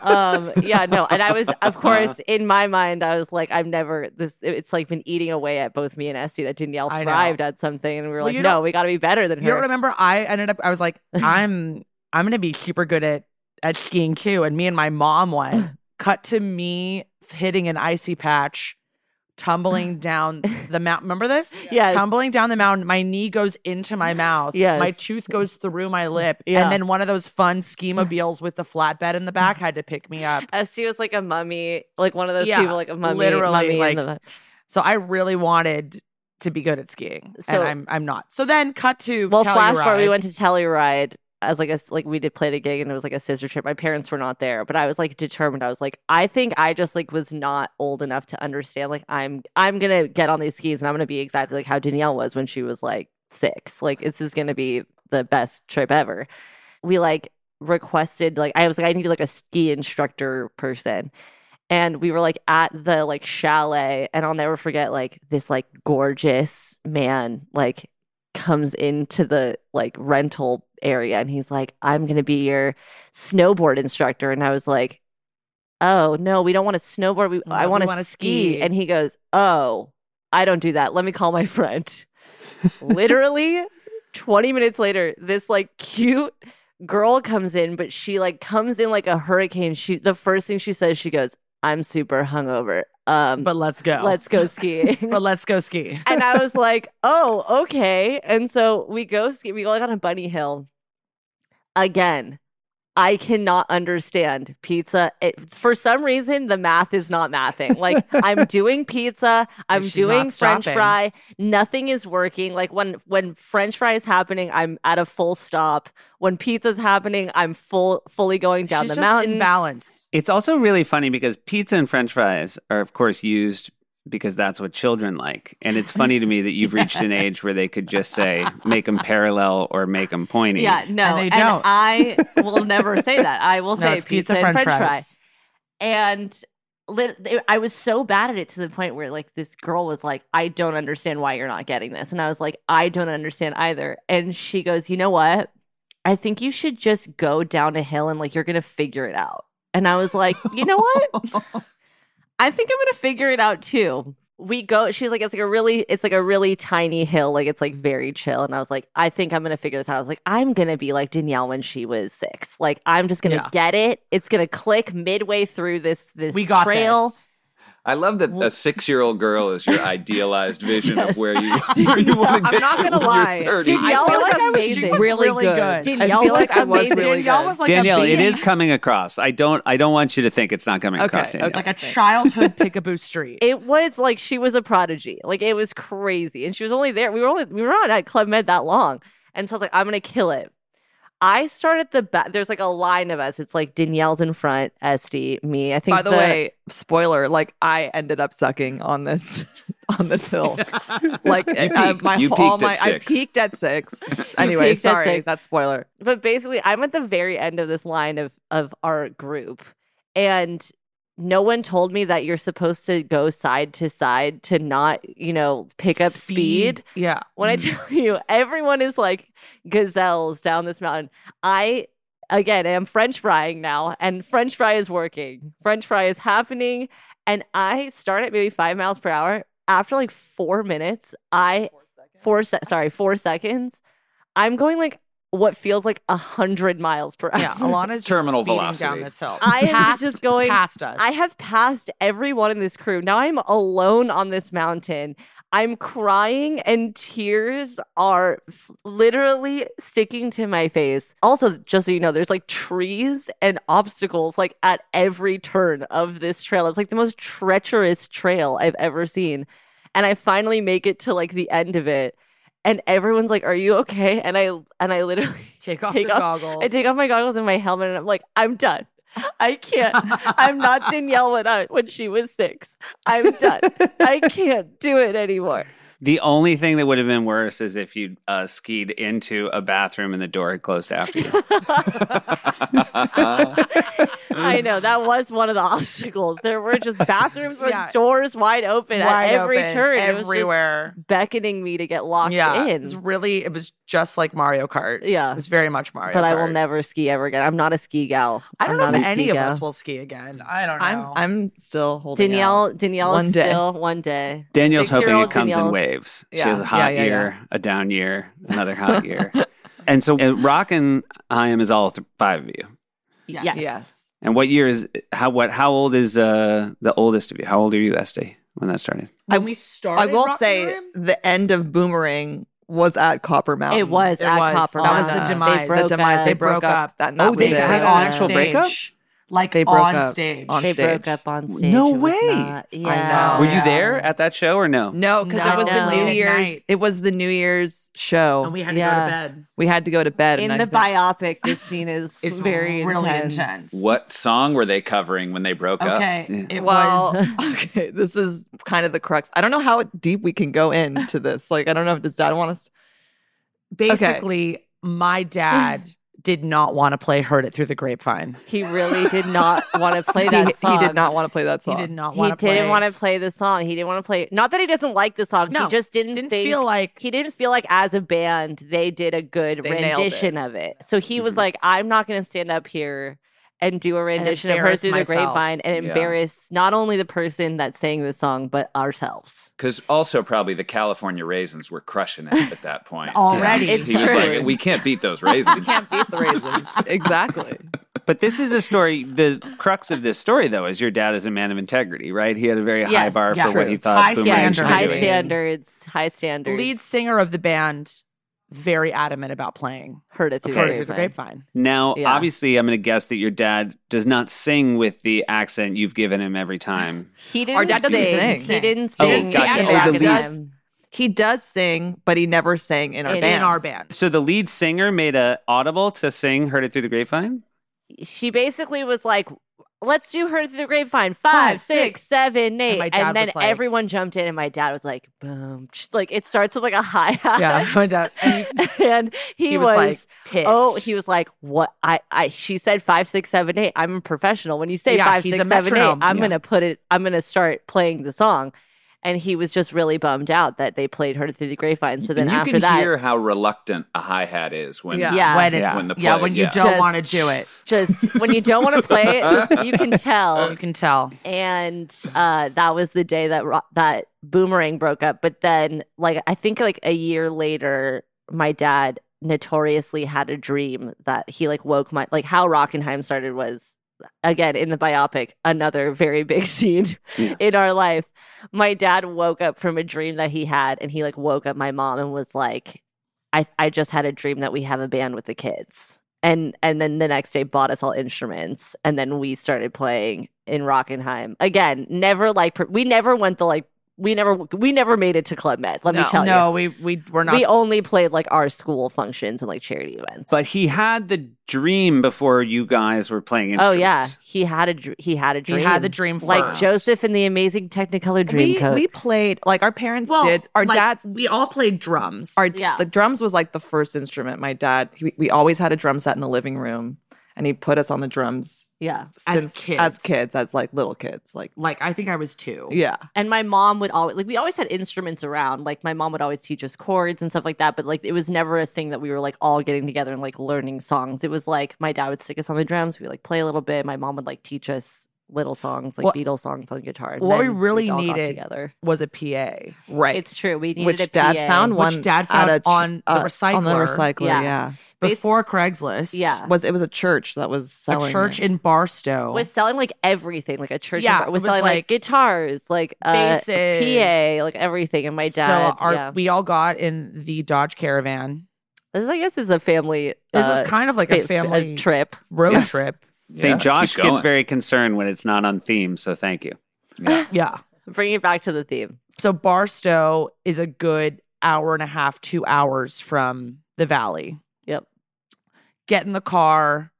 E: um yeah no and i was of
D: Uh.
E: course in my mind i was like i've never this it's like been eating away at both me and esty that danielle
D: I know.
E: thrived at something and we were
D: Well,
E: like
D: you
E: no
D: don't-
E: we got to be better than
D: You don't
E: her
D: remember I ended up I was like, I'm I'm gonna be super good at at skiing too. And me and my mom went. Cut to me hitting an icy patch, tumbling down the mountain. Remember this?
E: Yes.
D: Tumbling down the mountain, my knee goes into my mouth.
E: Yes.
D: My tooth goes through my lip.
E: Yeah.
D: And then one of those fun ski mobiles with the flatbed in the back had to pick me up.
E: As she was like a mummy, like one of those
D: Yeah,
E: people, like a mummy,
D: literally,
E: mummy in
D: like-
E: the-
D: So I really wanted to be good at skiing.
E: So-
D: and I'm I'm not. So then cut to
E: well, flash forward, we
D: Telluride.
E: went to Telluride as like a like we did played a gig and it was like a sister trip. My parents were not there, but I was like determined. I was like, I think I just like was not old enough to understand. Like I'm I'm gonna get on these skis and I'm gonna be exactly like how Danielle was when she was like six. Like this is gonna be the best trip ever. We like requested like I was like I need like a ski instructor person. And we were like at the like chalet and I'll never forget like this like gorgeous man like comes into the like rental area and he's like, I'm going to be your snowboard instructor. And I was like, Oh, no, we don't want to snowboard. We,
D: No,
E: I
D: we
E: want to
D: wanna
E: ski.
D: ski.
E: And he goes, Oh, I don't do that. Let me call my friend. Literally 20 minutes later, this like cute girl comes in, but she like comes in like a hurricane. She, the first thing she says, she goes, I'm super hungover. Um,
D: but let's go.
E: let's go skiing.
D: but let's go ski.
E: and I was like, "Oh, okay." And so we go ski. We go like on a bunny hill. Again, I cannot understand pizza. It, for some reason, the math is not mathing. Like I'm doing pizza, I'm
D: she's
E: doing
D: not
E: French
D: stopping.
E: fry. Nothing is working. Like when when French fry is happening, I'm at a full stop. When pizza's happening, I'm full fully going down
D: She's
E: the
D: just
E: mountain.
D: imbalanced.
A: It's also really funny because pizza and french fries are, of course, used because that's what children like. And it's funny to me that you've reached an age where they could just say, make them parallel or make them pointy.
E: yeah, no,
D: And they don't.
E: I will never say that. I will
D: No,
E: say
D: it's pizza,
E: and
D: French,
E: fry.
D: fries.
E: and lit- they- I was so bad at it to the point where like this girl was like, "I don't understand why you're not getting this," and I was like, "I don't understand either." And she goes, "You know what? I think you should just go down a hill and like you're gonna figure it out." And I was like, "You know what? I think I'm gonna figure it out too." We go. She's like, "It's like a really, it's like a really tiny hill. Like it's like very chill." And I was like, "I think I'm gonna figure this out." I was like, "I'm gonna be like Danielle when she was six. Like I'm just gonna
D: Yeah.
E: get it. It's gonna click midway through this this
D: We got
E: trail."
D: this.
B: I love that a six-year-old girl is your idealized vision
E: Yes.
B: of where you, where you want to
F: I'm
B: get
F: not
B: to
F: gonna
B: when you're
F: lie.
B: 30.
E: Dude, y'all
F: I feel
E: was
F: like I was, she
E: amazing.
F: was
D: Really
F: really,
D: good.
F: good.
E: Danielle
F: I feel
E: was
F: like I was
E: amazing.
F: really
D: Danielle
F: good.
D: was like
A: Danielle,
D: a
A: it
D: baby.
A: is coming across. I don't I don't want you to think it's not coming
F: Okay,
A: across, Danielle.
F: okay.
D: like a childhood peekaboo street.
E: It was like she was a prodigy. Like it was crazy, and she was only there. We were only we were not at Club Med that long, and so I was like, I'm gonna kill it. I start at the back. There's like a line of us. It's like Danielle's in front, Esty, me. I think.
F: By the way, spoiler: like I ended up sucking on this on this hill. like uh,
B: peaked.
F: my
B: You
F: all
B: peaked at
F: my I
B: six.
F: peaked at six. anyway,
E: peaked at
F: sorry,
E: six.
F: that's spoiler.
E: but basically i'm at the very end of this line of of our group and no one told me that you're supposed to go side to side to not you know pick up speed,
D: Yeah.
E: when i
B: Mm.
E: tell you everyone is like gazelles down this mountain i again am french frying now and french fry is working french fry is happening and i start at maybe five miles per hour after like four minutes i four se- sorry four seconds i'm going like what feels like a hundred miles per hour
D: Yeah. Alana's just
B: Terminal
D: speeding down
B: velocity.
D: this hill.
E: I am
D: Past-
E: just going-
D: past us.
E: i have passed everyone in this crew now i'm alone on this mountain i'm crying and tears are f- literally sticking to my face also just so you know there's like trees and obstacles like at every turn of this trail it's like the most treacherous trail i've ever seen and i finally make it to like the end of it and everyone's like are you okay and i and i literally
D: take off
E: take
D: your
E: off-
D: goggles.
E: I take off my goggles and my helmet, and I'm like, I'm done. I can't. I'm not Danielle when I when she was six. I'm done. I can't do it anymore.
A: The only thing that would have been worse is if you uh, skied into a bathroom and the door had closed after you.
E: I know that was one of the obstacles. There were just bathrooms with
D: Yeah.
E: doors wide open
D: Wide
E: at every
D: open,
E: turn, It was just
D: everywhere.
E: beckoning me to get locked
D: yeah, it
E: in.
D: was really. It was just like Mario Kart.
E: Yeah.
D: It was very much Mario.
E: But I will
D: Kart.
E: never ski ever again. I'm not a ski gal.
D: I don't
E: I'm
D: know
E: not
D: if
E: a ski
D: any of
E: gal.
D: us will ski again. I don't know.
F: I'm I'm still holding out.
E: Danielle, Danielle,
F: One
E: is
F: day.
E: still one day.
A: Danielle's hoping it
E: Six-year-old
A: comes in
E: Danielle's-
A: waves.
F: Yeah,
A: She has a
F: yeah,
A: hot
F: yeah,
A: year, a down year, another hot year. and so uh, and Rockin' I am is all th- five of you.
D: yes.
E: Yes.
F: Yes.
A: And what year is how what how old is uh the oldest of you? How old are you, Esty? when that started.
D: When we started,
F: I will
D: Rock
F: say
D: Ballroom,
F: the end of Boomerang was at Copper Mountain.
E: It was
D: Um, It
E: at
D: was.
E: Copper.
F: That was
E: Mountain.
F: the
D: demise. The
E: They broke
F: demise.
E: Up.
F: They broke up. That night
A: Oh, they
F: was it.
A: had
E: Yeah.
A: an actual breakup.
D: like
F: They broke
D: on
F: up
D: stage.
F: on
E: they
F: stage.
E: broke up on stage.
A: No
E: It was
A: way.
E: not- Yeah.
F: know.
A: Were
D: Yeah.
A: you there at that show or no?
F: No, because
E: No.
F: it was the
E: Late
F: New
E: at
F: Year's.
D: night.
F: It was the New Year's show.
D: and
F: we,
D: we had to go
E: Yeah.
D: to bed.
F: had to go to bed.
E: In
F: and I
E: the
F: think-
E: biopic, this scene is
D: It's
E: very
D: really
E: intense.
D: intense.
B: What song were they covering when they broke up?
D: Okay,
A: Yeah.
D: it
F: well,
D: was.
F: okay, this is kind of the crux. I don't know how deep we can go into this. Like, I don't know if does Dad want us.
D: basically my dad did not want to play heard it through the grapevine
E: He really did not want to play
F: He,
E: that
F: he
E: song.
F: did not want to play that
D: he
F: song.
D: did not
E: He
D: want to play
E: didn't want to play the song. He didn't want to play. Not that he doesn't like the song.
D: No,
E: he just didn't,
D: didn't
E: think-
D: feel like
E: he didn't feel like as a band they did a good
F: They nailed
E: rendition of it. So he was
A: Mhm.
E: like, I'm not going to stand up here and do a rendition of her
D: embarrass
E: through the
D: myself.
E: grapevine and
B: Yeah.
E: embarrass not only the person that sang the song but ourselves.
B: Because also probably the California Raisins were crushing it at that point.
D: Already.
B: he was,
E: It's
B: he was
E: true.
B: like, we can't beat those raisins.
F: can't beat the raisins. exactly.
A: But this is a story. The crux of this story, though, is your dad is a man of integrity, right? He had a very high
E: Yes.
A: bar
D: Yes.
A: for what he
D: True.
A: thought
D: High
A: Boomerang should
D: Sure.
E: High
A: be
D: standards.
A: doing.
E: standards, high standards.
D: lead singer of the band very adamant about playing
E: heard it through,
D: heard
E: the,
D: it through the
E: grapevine.
D: grapevine
A: Now,
E: Yeah.
A: obviously, I'm going to guess that your dad does not sing with the accent you've given him every time.
E: He didn't
F: Our dad doesn't
E: sing.
F: sing.
E: He didn't
A: Oh,
E: sing.
A: gotcha.
E: in
A: Oh,
E: our
A: the lead-
E: band.
F: He does sing, but he never sang in our
E: In-
F: band.
D: in our band
A: So the lead singer made a audible to sing "Heard It Through the Grapevine."
E: she basically was like, let's do her through the grapevine. Five, six, seven, eight.
D: my
E: And,
D: dad
E: then
D: was like-
E: everyone jumped in, and my dad was like, boom. Ch- Like, it starts with like a high hat.
D: yeah my dad and
E: and he,
D: he, was, like pissed
E: oh, he was like, what? I, I, she said five, six, seven, eight. I'm a professional. When you say
D: Yeah,
E: five,
D: he's
E: six,
D: a
E: seven, eight,
D: metronome.
E: I'm
D: Yeah.
E: going to put it, I'm going to start playing the song. And he was just really bummed out that they played her through the grapevine. So then
B: And you
E: after
B: can
E: that,
B: hear how reluctant a hi hat is when
F: Yeah.
E: yeah.
D: when it's yeah
B: when
D: when,
B: the play-
D: you
B: yeah.
D: don't
E: Just-
D: want to do it
E: just when you don't want to play it, you can tell.
D: you can tell
E: and uh, that was the day that ro- that boomerang broke up. But then, like I think, like a year later, my dad notoriously had a dream that he like woke my like how Rockenheim started was again in the biopic another very big scene
A: Yeah.
E: in our life. My dad woke up from a dream that he had, and he like woke up my mom and was like, "I I just had a dream that we have a band with the kids." and and then the next day bought us all instruments and then we started playing in Rockenheim again never like per- we never went the like we never we never made it to club med let me
F: No.
E: tell
D: no we we were
E: you
D: not
E: we only played like our school functions and like charity events
A: But he had the dream before you guys were playing
E: oh
A: instruments.
E: yeah he had a dr- he had a dream
D: he had the dream
E: like
D: first.
E: Joseph in the Amazing Technicolor Dreamcoat
F: We, we played like our parents
D: Well,
F: did. Our
D: like,
F: dads
D: we all played drums
F: Our
E: Yeah.
F: the drums was like the first instrument. My dad, he, we always had a drum set in the living room, and he put us on the drums
E: yeah
D: As
F: since
D: kids.
F: as kids, as like little kids, like
D: like i think i was two
F: yeah,
E: and my mom would always like we always had instruments around like my mom would always teach us chords and stuff like that but like it was never a thing that we were like all getting together and like learning songs it was like my dad would stick us on the drums we would, like play a little bit my mom would like teach us little songs like
D: What-
E: beatles songs on guitar and
D: what we
E: then
D: really
E: all got
D: needed-
E: together
D: was a pa
F: right.
E: it's true we needed
F: which
E: a
F: dad
E: PA.
F: found
D: Which
F: one.
D: dad
F: at
D: found
F: a ch-
D: on the
F: uh, on the
D: recycler.
F: recycler.
E: Yeah.
F: Yeah.
E: Bas-
D: before craigslist
E: yeah
F: was it was a church that was
D: a
F: selling
D: church
F: it.
D: in barstow
E: was selling like everything like a church
D: Yeah,
E: member-
D: it
E: was,
D: was,
E: selling like,
D: like,
E: guitars like uh,
D: basses.
E: pa like everything and my dad
D: So our,
E: yeah.
D: we all got in the Dodge Caravan.
E: this i guess is a family
D: This
E: uh,
D: was kind of like
E: fa-
D: a
E: fa-
D: family
E: trip
D: road
A: Yes.
D: trip.
A: St. Josh
B: keep going.
A: gets very concerned when it's not on theme. So thank you.
B: Yeah.
D: Yeah.
E: bring it back to the theme
D: So Barstow is a good hour and a half, two hours from the valley.
E: Yep.
D: Get in the car,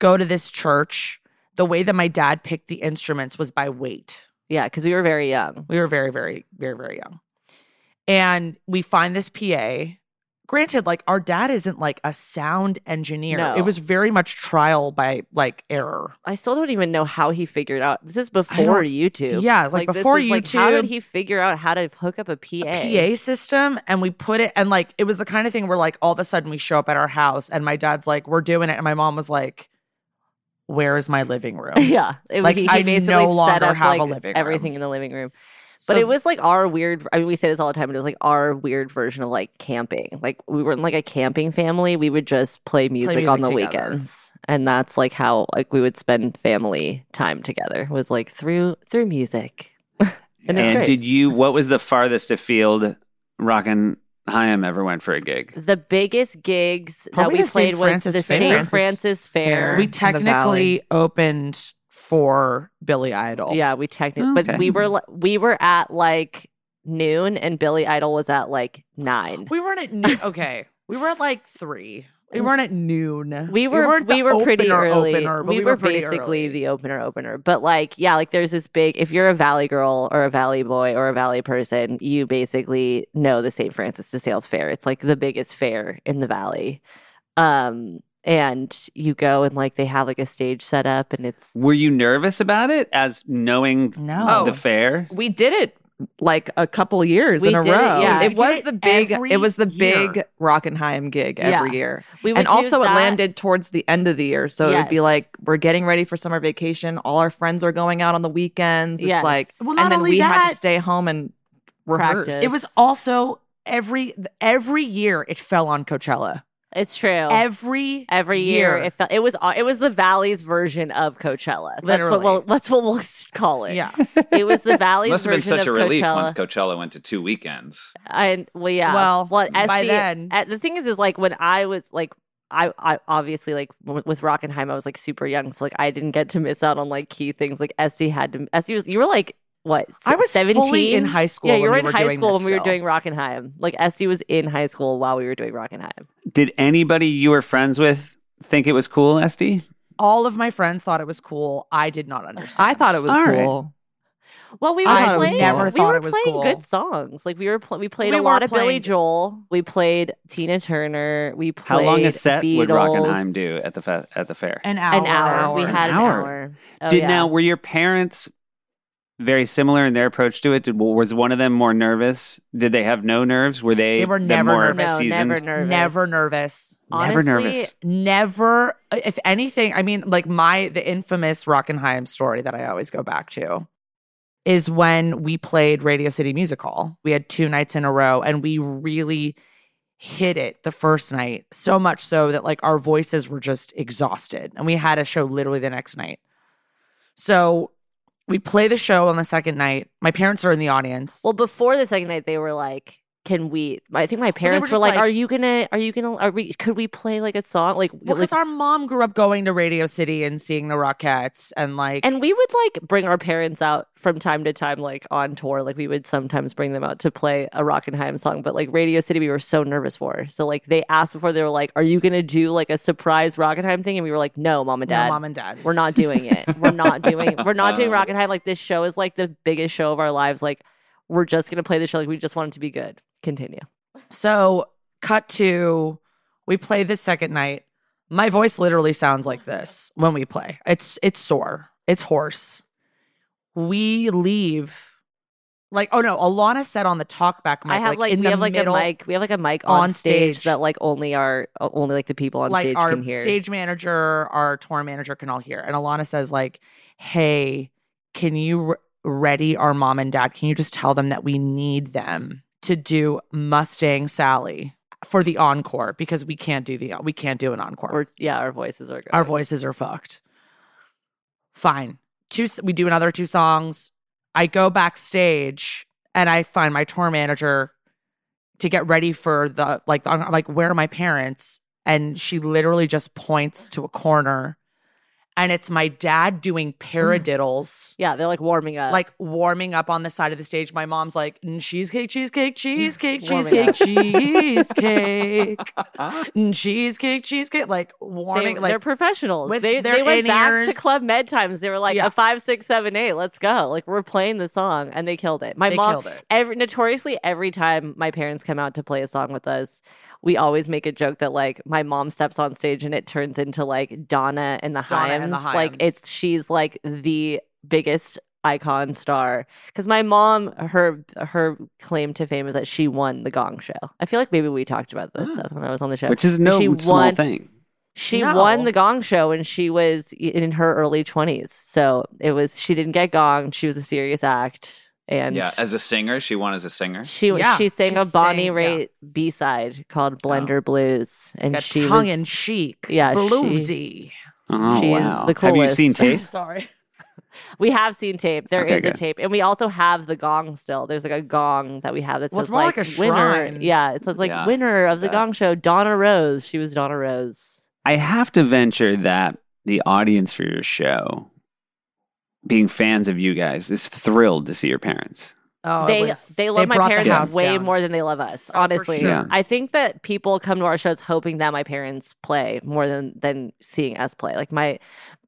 D: go to this church. The way that my dad picked the instruments was by weight.
E: Yeah, because we were very young.
D: We were very, very, very, very young. And we find this PA. Granted, like our dad isn't like a sound engineer.
E: No.
D: It was very much trial by like error.
E: I still don't even know how he figured out. This is
D: don't-
E: before YouTube.
D: Yeah, it's like,
E: this
D: before
E: is,
D: YouTube,
E: like, how did he figure out how to hook up a PA?
D: PA system, and we put it, and like it was the kind of thing where like all of a sudden we show up at our house, and my dad's like, "We're doing it," and my mom was like, "Where is my living room?"
E: yeah, it,
D: Like,
E: he, he
D: I
E: basically
D: no
E: set
D: longer
E: up,
D: have a
E: like,
D: living room.
E: everything in the living room.
D: So-
E: But it was like our weird. I mean, we say this all the time, but it was like our weird version of like camping. Like we weren't like a camping family. We would just play music, on the
D: music together.
E: weekends, and that's like how like we would spend family time together. Was like through through music. And it's
A: and
E: great.
A: did you? What was the farthest afield Rockin' Haim ever went for a gig?
E: the biggest gigs
D: Probably
E: that
D: the
E: we
D: St.
E: played was
D: Francis
E: the
D: Fair.
E: St.
D: Francis
E: Francis Fair.
D: We
F: in the valley.
D: technically opened for Billy Idol.
E: yeah, we technically,
A: Okay.
E: but we were li- we were at like noon, and Billy Idol was at like nine.
D: We weren't at noon. Okay. We were at like three. We weren't at noon.
E: We were we,
D: weren't the
E: were pretty
D: opener
E: early.
D: opener, but
E: we, were, basically the opener opener. But like yeah, like there's this big. If you're a valley girl or a valley boy or a valley person, you basically know the St. Francis de Sales Fair. It's like the biggest fair in the valley. Um, and you go and like they have like a stage set up, and it's
A: Were you nervous about it as knowing
D: no.
E: Oh.
A: the fair?
F: we did it like a couple years
E: We
F: in a row.
E: did it, yeah.
F: It
D: We did
F: was
D: it
F: the big.
D: every
F: It was the
D: year.
F: big Rockenheim gig every
E: Yeah.
F: year,
E: we would
F: and
E: do
F: also it
E: that-
F: landed towards the end of the year. So it would be
E: Yes.
F: like we're getting ready for summer vacation. All our friends are going out on the weekends. It's
E: Yes.
F: like,
D: Well, not
F: and then
D: only
F: we had to
D: that-
F: stay home and rehearse.
E: Practice.
D: It was also every every year it fell on Coachella.
E: It's true.
D: Every
E: Every
D: year.
E: year, it felt it was it was the Valley's version of Coachella. That's
D: Literally.
E: what we'll that's what we'll call it.
D: yeah.
E: It was the Valley's
B: Must have been
E: version
B: such a
E: of
B: relief
E: Coachella.
B: once Coachella went to two weekends.
E: And well, yeah.
D: Well, by
E: SD
D: then-
E: at- the thing is, is like when I was like, I, I obviously like w- with Rockenheim, I was like super young, so like I didn't get to miss out on like key things. Like SD had to. SD was you were like what?
D: I was
E: seventeen
D: fully in high school.
E: Yeah, you
D: when
E: were
D: we
E: in
D: were
E: high
D: doing
E: school
D: this
E: when we were
D: still.
E: doing Rockenheim. Like SD was in high school while we were doing Rockenheim.
A: Did anybody you were friends with think it was cool, Esty?
D: All of my friends thought it was cool. I did not understand.
F: I thought it was
A: All right.
F: cool.
E: Well, we were
D: I
F: thought it was
E: playing.
F: never
E: we
D: thought
E: were
D: it was
E: playing
D: cool.
E: good songs. Like we were. Pl- we played
D: We
E: a
D: were
E: lot of Billy
D: playing-
E: Joel. We played Tina Turner. We played.
A: How long a set would Rockenheim
E: Beatles.
A: do at the fe- at the fair?
D: an hour.
E: An hour. We
A: An
E: had an
A: hour.
E: hour. Oh,
A: Did
E: yeah.
A: now were your parents very similar in their approach to it? Did, was one of them more nervous? Did they have no nerves? Were they
D: They were
A: the
D: never
A: more
D: nervous.
E: No,
A: seasoned?
E: never nervous.
D: Never nervous.
A: Never
E: Honestly,
A: nervous.
D: Never. If anything, I mean, like my the infamous Rockenheim story that I always go back to is when we played Radio City Music Hall. We had two nights in a row, and we really hit it the first night so much so that like our voices were just exhausted, and we had a show literally the next night. So we play the show on the second night. My parents are in the audience.
E: Well, before the second night, they were like, "Can we?" I think my
D: they were
E: parents were,
D: just
E: like,
D: like-
E: "Are you gonna? Are you gonna? Are we? Could we play like a song? Like,
D: Well,
E: like-
D: because our mom grew up going to Radio City and seeing the Rockettes, and like,
E: and we would like bring our parents out from time to time, like on tour. Like we would sometimes bring them out to play a Rockenheim song, but like Radio City, we were so nervous for. So like they asked before they were like, "Are you gonna do like a surprise Rockenheim thing?" And we were like, "No, mom and
D: no,
E: dad,
D: mom and dad.
E: we're not doing it. We're not doing. We're not
D: Uh.
E: doing Rockenheim. Like this show is like the biggest show of our lives. Like we're just gonna play the show. Like we just want it to be good. Continue.
D: So, cut to we play this second night. My voice literally sounds like this when we play. It's it's sore. It's hoarse. We leave. Like, oh no, Alana said on the talkback mic.
E: I have like,
D: in
E: we
D: the
E: have like
D: middle,
E: a mic. We have like a mic on,
D: on
E: stage,
D: stage.
E: that like only our only like the people on
D: like
E: stage
D: our
E: can hear.
D: stage manager, our tour manager can all hear. And Alana says, like, hey, can you re- ready our mom and dad? Can you just tell them that we need them to do Mustang Sally for the encore because we can't do the we can't do an encore.
E: Or yeah, our voices are. Going.
D: our voices are fucked. Fine. Two s- we do another two songs. I go backstage and I find my tour manager to get ready for the like I'm like where are my parents? And she literally just points to a corner and it's my dad doing paradiddles.
E: Yeah, they're like warming up.
D: Like warming up on the side of the stage, my mom's like "Mm, cheesecake, cheesecake, cheesecake,
E: Warming
D: cheesecake,
E: up.
D: cheesecake, Mm, cheesecake, cheesecake. Like warming,
E: they,
D: like
E: are professionals.
D: with
E: They
D: their
E: they went back to
D: in-ears.
E: club med times. They were like
D: Yeah.
E: a five, six, seven, eight. Let's go. Like we're playing the song, and they killed it. My
D: they
E: mom
D: killed it.
E: every notoriously every time my parents come out to play a song with us we always make a joke that like my mom steps on stage and it turns into like donna and the
D: Donna
E: Hyams.
D: and the
E: like
D: Hyams.
E: it's she's like the biggest icon star because my mom her her claim to fame is that she won the gong show i feel like maybe we talked about this
A: Ah.
E: when i was on the show
A: Which is
E: But
A: no
E: she
A: small
E: won-
A: thing.
E: she
D: No.
E: won the Gong Show when she was i- in her early twenties. So it was she didn't get gonged. She was a serious act, and
B: yeah, as a singer, she won as a singer.
E: she
D: Yeah,
E: she sang
D: she
E: a Bonnie
D: sang,
E: Raitt B side called Blender Blues, and
D: like a
E: she
D: tongue
E: was,
D: in cheek,
E: Yeah, she-
D: bluesy.
A: Oh
E: She is
A: wow!
E: the
A: Have you
E: coolest.
A: seen tape?
D: Sorry,
E: We have seen tape. There is
H: Okay,
E: a
H: good.
E: tape, and we also have the gong still. There's like a gong that we have that
D: Well,
E: says
D: it's more like a
E: winner.
D: shrine.
E: Yeah, it says like
B: Yeah,
E: winner of the
B: that.
E: gong show, Donna Rose. She was Donna Rose.
A: I have to venture that the audience for your show, being fans of you guys, is thrilled to see your parents.
D: Oh, it
E: they
D: was-
E: they love my
D: brought the
E: parents
D: house
E: way
D: down.
E: more than they love us.
D: Oh, for
E: honestly,
D: sure.
A: Yeah.
E: I think that people come to our shows hoping that my parents play more than than seeing us play. Like my,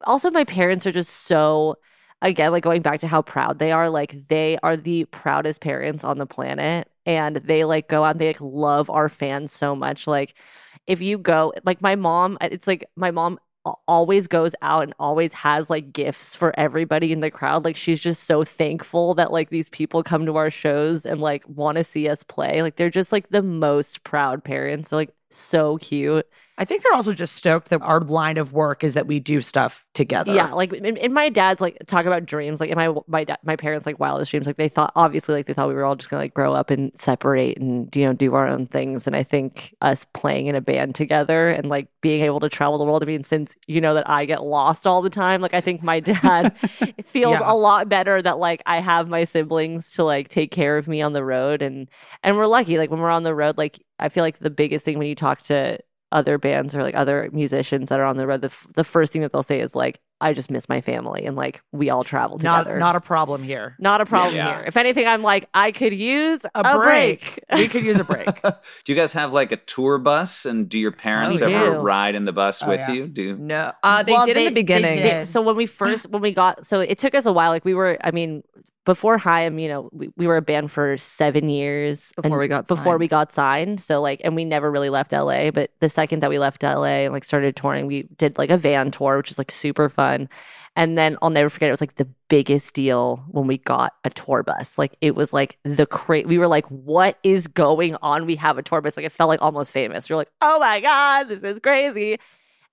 E: also my parents are just so. Again, like going back to how proud they are, like they are the proudest parents on the planet, and they like go out. and They like love our fans so much. Like if you go, like my mom, it's like my mom al- always goes out and always has like gifts for everybody in the crowd. Like she's just so thankful that like these people come to our shows and like want to see us play. Like they're just like the most proud parents. They're, like so cute.
D: I think they're also just stoked that our line of work is that we do stuff together.
E: Yeah, like in, in my dad's like talk about dreams. Like in my my da- my parents like wildest dreams. Like they thought obviously like they thought we were all just gonna like grow up and separate and you know do our own things. And I think us playing in a band together and like being able to travel the world. I mean, since you know that I get lost all the time, like I think my dad feels
D: Yeah.
E: a lot better that like I have my siblings to like take care of me on the road. And and we're lucky. Like when we're on the road, like I feel like the biggest thing when you talk to other bands or like other musicians that are on the road, the, f- the first thing that they'll say is like, "I just miss my family," and like we all travel
D: not
E: together.
D: not a problem here.
E: Not a problem
B: Yeah.
E: here. If anything, I'm like, I could use a,
D: A break. We could use a break.
B: do you guys have like a tour bus, and do your parents
E: we
B: ever
E: do.
B: ride in the bus
D: Oh,
B: with
D: yeah.
B: you? Do you?
F: No, uh, they
E: Well,
F: did
E: they-
F: in the
E: they
F: beginning.
D: did.
E: Yeah, so when we first when we got so it took us a while like we were i mean before Haim, you know we, we were a band for seven years
F: Before
E: and
F: we got
E: before we
F: signed.
E: got signed so like and we never really left la but the second that we left la and like started touring we did like a van tour which was like super fun and then i'll never forget it was like the biggest deal when we got a tour bus like it was like the cra- we were like what is going on we have a tour bus like it felt like almost famous we were like oh my god this is crazy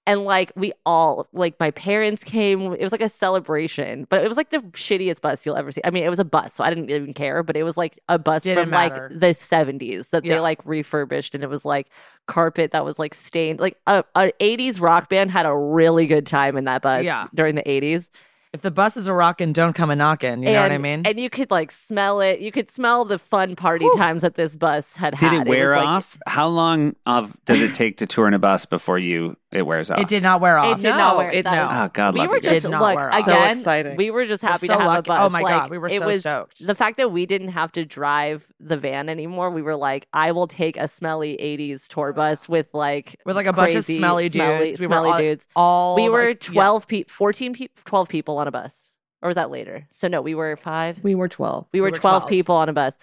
E: and like we all like my parents came it was like a celebration but it was like the shittiest bus you'll ever see i mean it was a bus so i didn't even care but it was like a bus
D: Didn't
E: from
D: matter.
E: like the 70s that
D: Yeah.
E: they like refurbished and it was like carpet that was like stained like a, a 80s rock band had a really good time in that bus
D: Yeah.
E: during the 80s
D: If the bus is a rockin', don't come a knockin'. You know what I
E: and-
D: mean?
E: And you could like smell it. You could smell the fun party times that this bus had
A: Did
E: had.
A: it wear
E: was, like,
A: off? How long of does it take to tour in a bus before you it wears off?
D: it did not wear
E: It
D: off.
E: did
F: No,
E: not wear
F: it-
E: that
D: no.
E: was-
A: Oh God,
E: we
A: love
E: were
A: you guys.
E: just
D: Did not
E: look
D: wear off.
F: So
E: again.
F: exciting.
E: we were just
D: We're
E: happy
D: so
E: to have
D: lucky.
E: a bus.
D: Oh my
E: Like,
D: God, we were
E: it
D: so
E: was,
D: stoked.
E: The fact that we didn't have to drive the van anymore, we were like, I will take a smelly '80s tour bus with like
D: With like Oh, a bunch of
E: crazy
D: smelly dudes. We were
E: smelly
D: all-
E: dudes.
D: All
E: we were
D: like, yeah.
E: 12 people, 14 people, 12 people on a bus, or was that later? So no, we were five.
F: we were twelve.
E: We were,
D: were
E: 12,
D: 12.
E: people on a bus.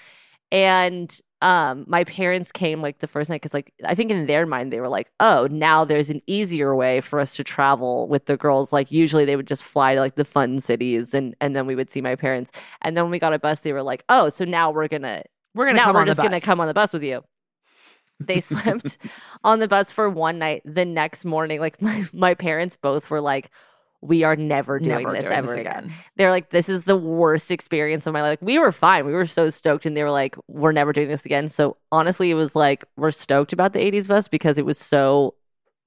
E: And um my parents came like the first night cuz like I think in their mind they were like, "Oh, now there's an easier way for us to travel with the girls." Like usually they would just fly to like the fun cities and and then we would see my parents. And then when we got a bus they were like, "Oh, so now we're going to
D: We're gonna
E: now
D: come
E: we're
D: on
E: just
D: the bus.
E: gonna come on the bus with you. They slept on the bus for one night. The next morning, like my, my parents both were like, "We are never doing
D: Never
E: this
D: doing
E: ever
D: this
E: again."
D: again.
E: They're like, "This is the worst experience of my life." We were fine. We were so stoked, and they were like, "We're never doing this again." So honestly, it was like we're stoked about the '80s bus because it was so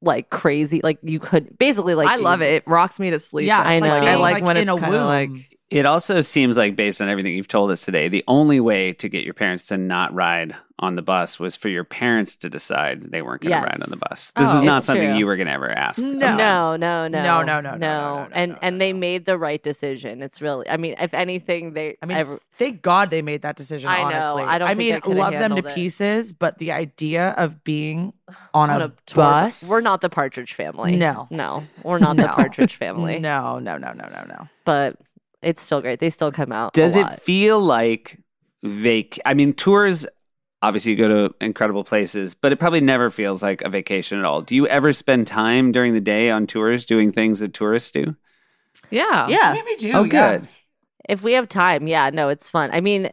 E: like crazy. Like you could basically like
F: I love it. It rocks me to sleep.
D: Yeah,
E: I
D: it's
E: know.
D: Like being,
E: I
F: like when
D: in
F: it's
D: a
F: kinda
D: womb.
F: like-
A: It also seems like, based on everything you've told us today, the only way to get your parents to not ride on the bus was for your parents to decide they weren't going to
E: Yes.
A: ride on the bus. This is
E: Oh.
A: not
E: It's
A: something
E: true.
A: you were going to ever ask. of
D: No.
A: them.
E: No, no, no,
D: No, no, no, no, no, no, no,
E: And
D: no,
E: and they
D: no.
E: made the right decision. It's really, I mean, if anything, they.
D: I mean,
E: ever-
D: thank God they made that decision.
E: I know.
D: honestly,
E: I don't
D: I
E: think
D: mean,
E: I coulda
D: love them to
E: handled it.
D: pieces, but the idea of being on,
E: on
D: a,
E: a tour
D: bus,
E: We're not the Partridge Family.
D: No.
E: no, we're not the
D: No.
E: Partridge Family.
D: No, no, no, no, no, no.
E: But it's still great. They still come out.
A: Does
E: a
A: it
E: lot.
A: feel like vac? I mean, tours obviously you go to incredible places, but it probably never feels like a vacation at all. Do you ever spend time during the day on tours doing things that tourists do?
F: Yeah.
E: Yeah,
D: Maybe do.
A: oh,
D: yeah.
A: good.
E: if we have time, yeah. No, it's fun. I mean,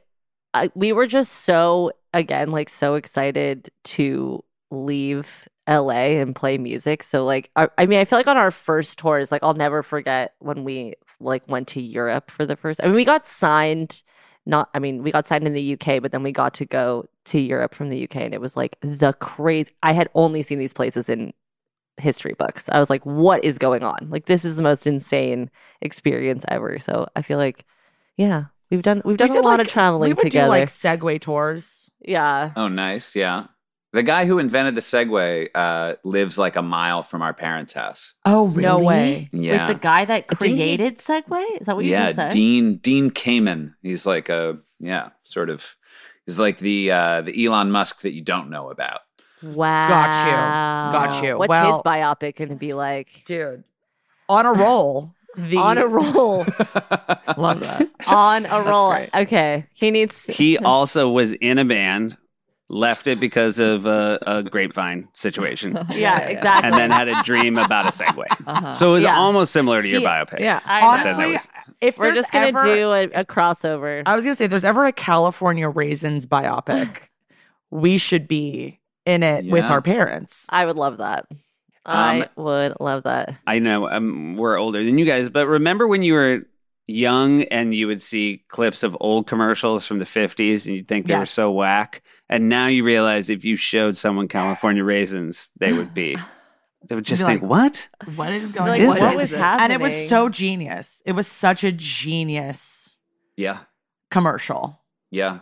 E: I, we were just so again, like so excited to leave LA and play music. So like, I, I mean, I feel like on our first tours, like I'll never forget when we like went to Europe for the first. I mean, we got signed. Not, I mean, we got signed in the UK, but then we got to go to Europe from the UK, and it was like the crazy. I had only seen these places in history books. I was like, what is going on? Like this is the most insane experience ever. So I feel like, yeah, we've done we've done a
D: did,
E: lot
D: like-
E: of traveling
D: we would
E: together.
D: do like Segway tours.
E: yeah.
B: Oh, nice. Yeah. The guy who invented the Segway uh, lives like a mile from our parents' house.
D: Oh,
F: No way.
B: Yeah.
E: Wait, the guy that
F: Did he-
E: created Segway? Is that what Oh, you
B: yeah.
E: just said?
B: Dean Dean Kamen. He's like a yeah, sort of. He's like the uh, the Elon Musk that you don't know about.
E: Wow.
D: you.
E: What's
D: Well-
E: his biopic going to be like?
D: Dude, on a roll. The
E: On a roll.
F: Love that.
E: on a roll.
B: great.
E: Okay. He needs to.
A: He also was in a band, left it because of a, a grapevine situation,
E: Yeah, exactly.
A: and then had a dream about a Segway.
F: Uh-huh.
A: So it was
E: Yeah.
A: almost similar to your
D: He-
A: biopic.
F: yeah,
A: Then that
D: honestly,
A: was-
D: if
E: We're
D: there's
E: just going to
D: ever-
E: do a, a crossover.
D: I was gonna say, if there's ever a California raisins biopic, we should be in it with
B: Yeah.
D: our parents.
E: I would love that. I would love that.
A: I know um, we're older than you guys, but remember when you were young and you would see clips of old commercials from the 50s and you'd think they were
D: Yes.
A: so whack. And now you realize if you showed someone California raisins, they would be, they would just
D: Be
A: think, what?
D: What is
E: Like,
D: going
A: is
E: what
A: this?
E: was
D: And
E: happening?
D: it was so genius. It was such a genius
B: Yeah.
D: commercial.
B: Yeah.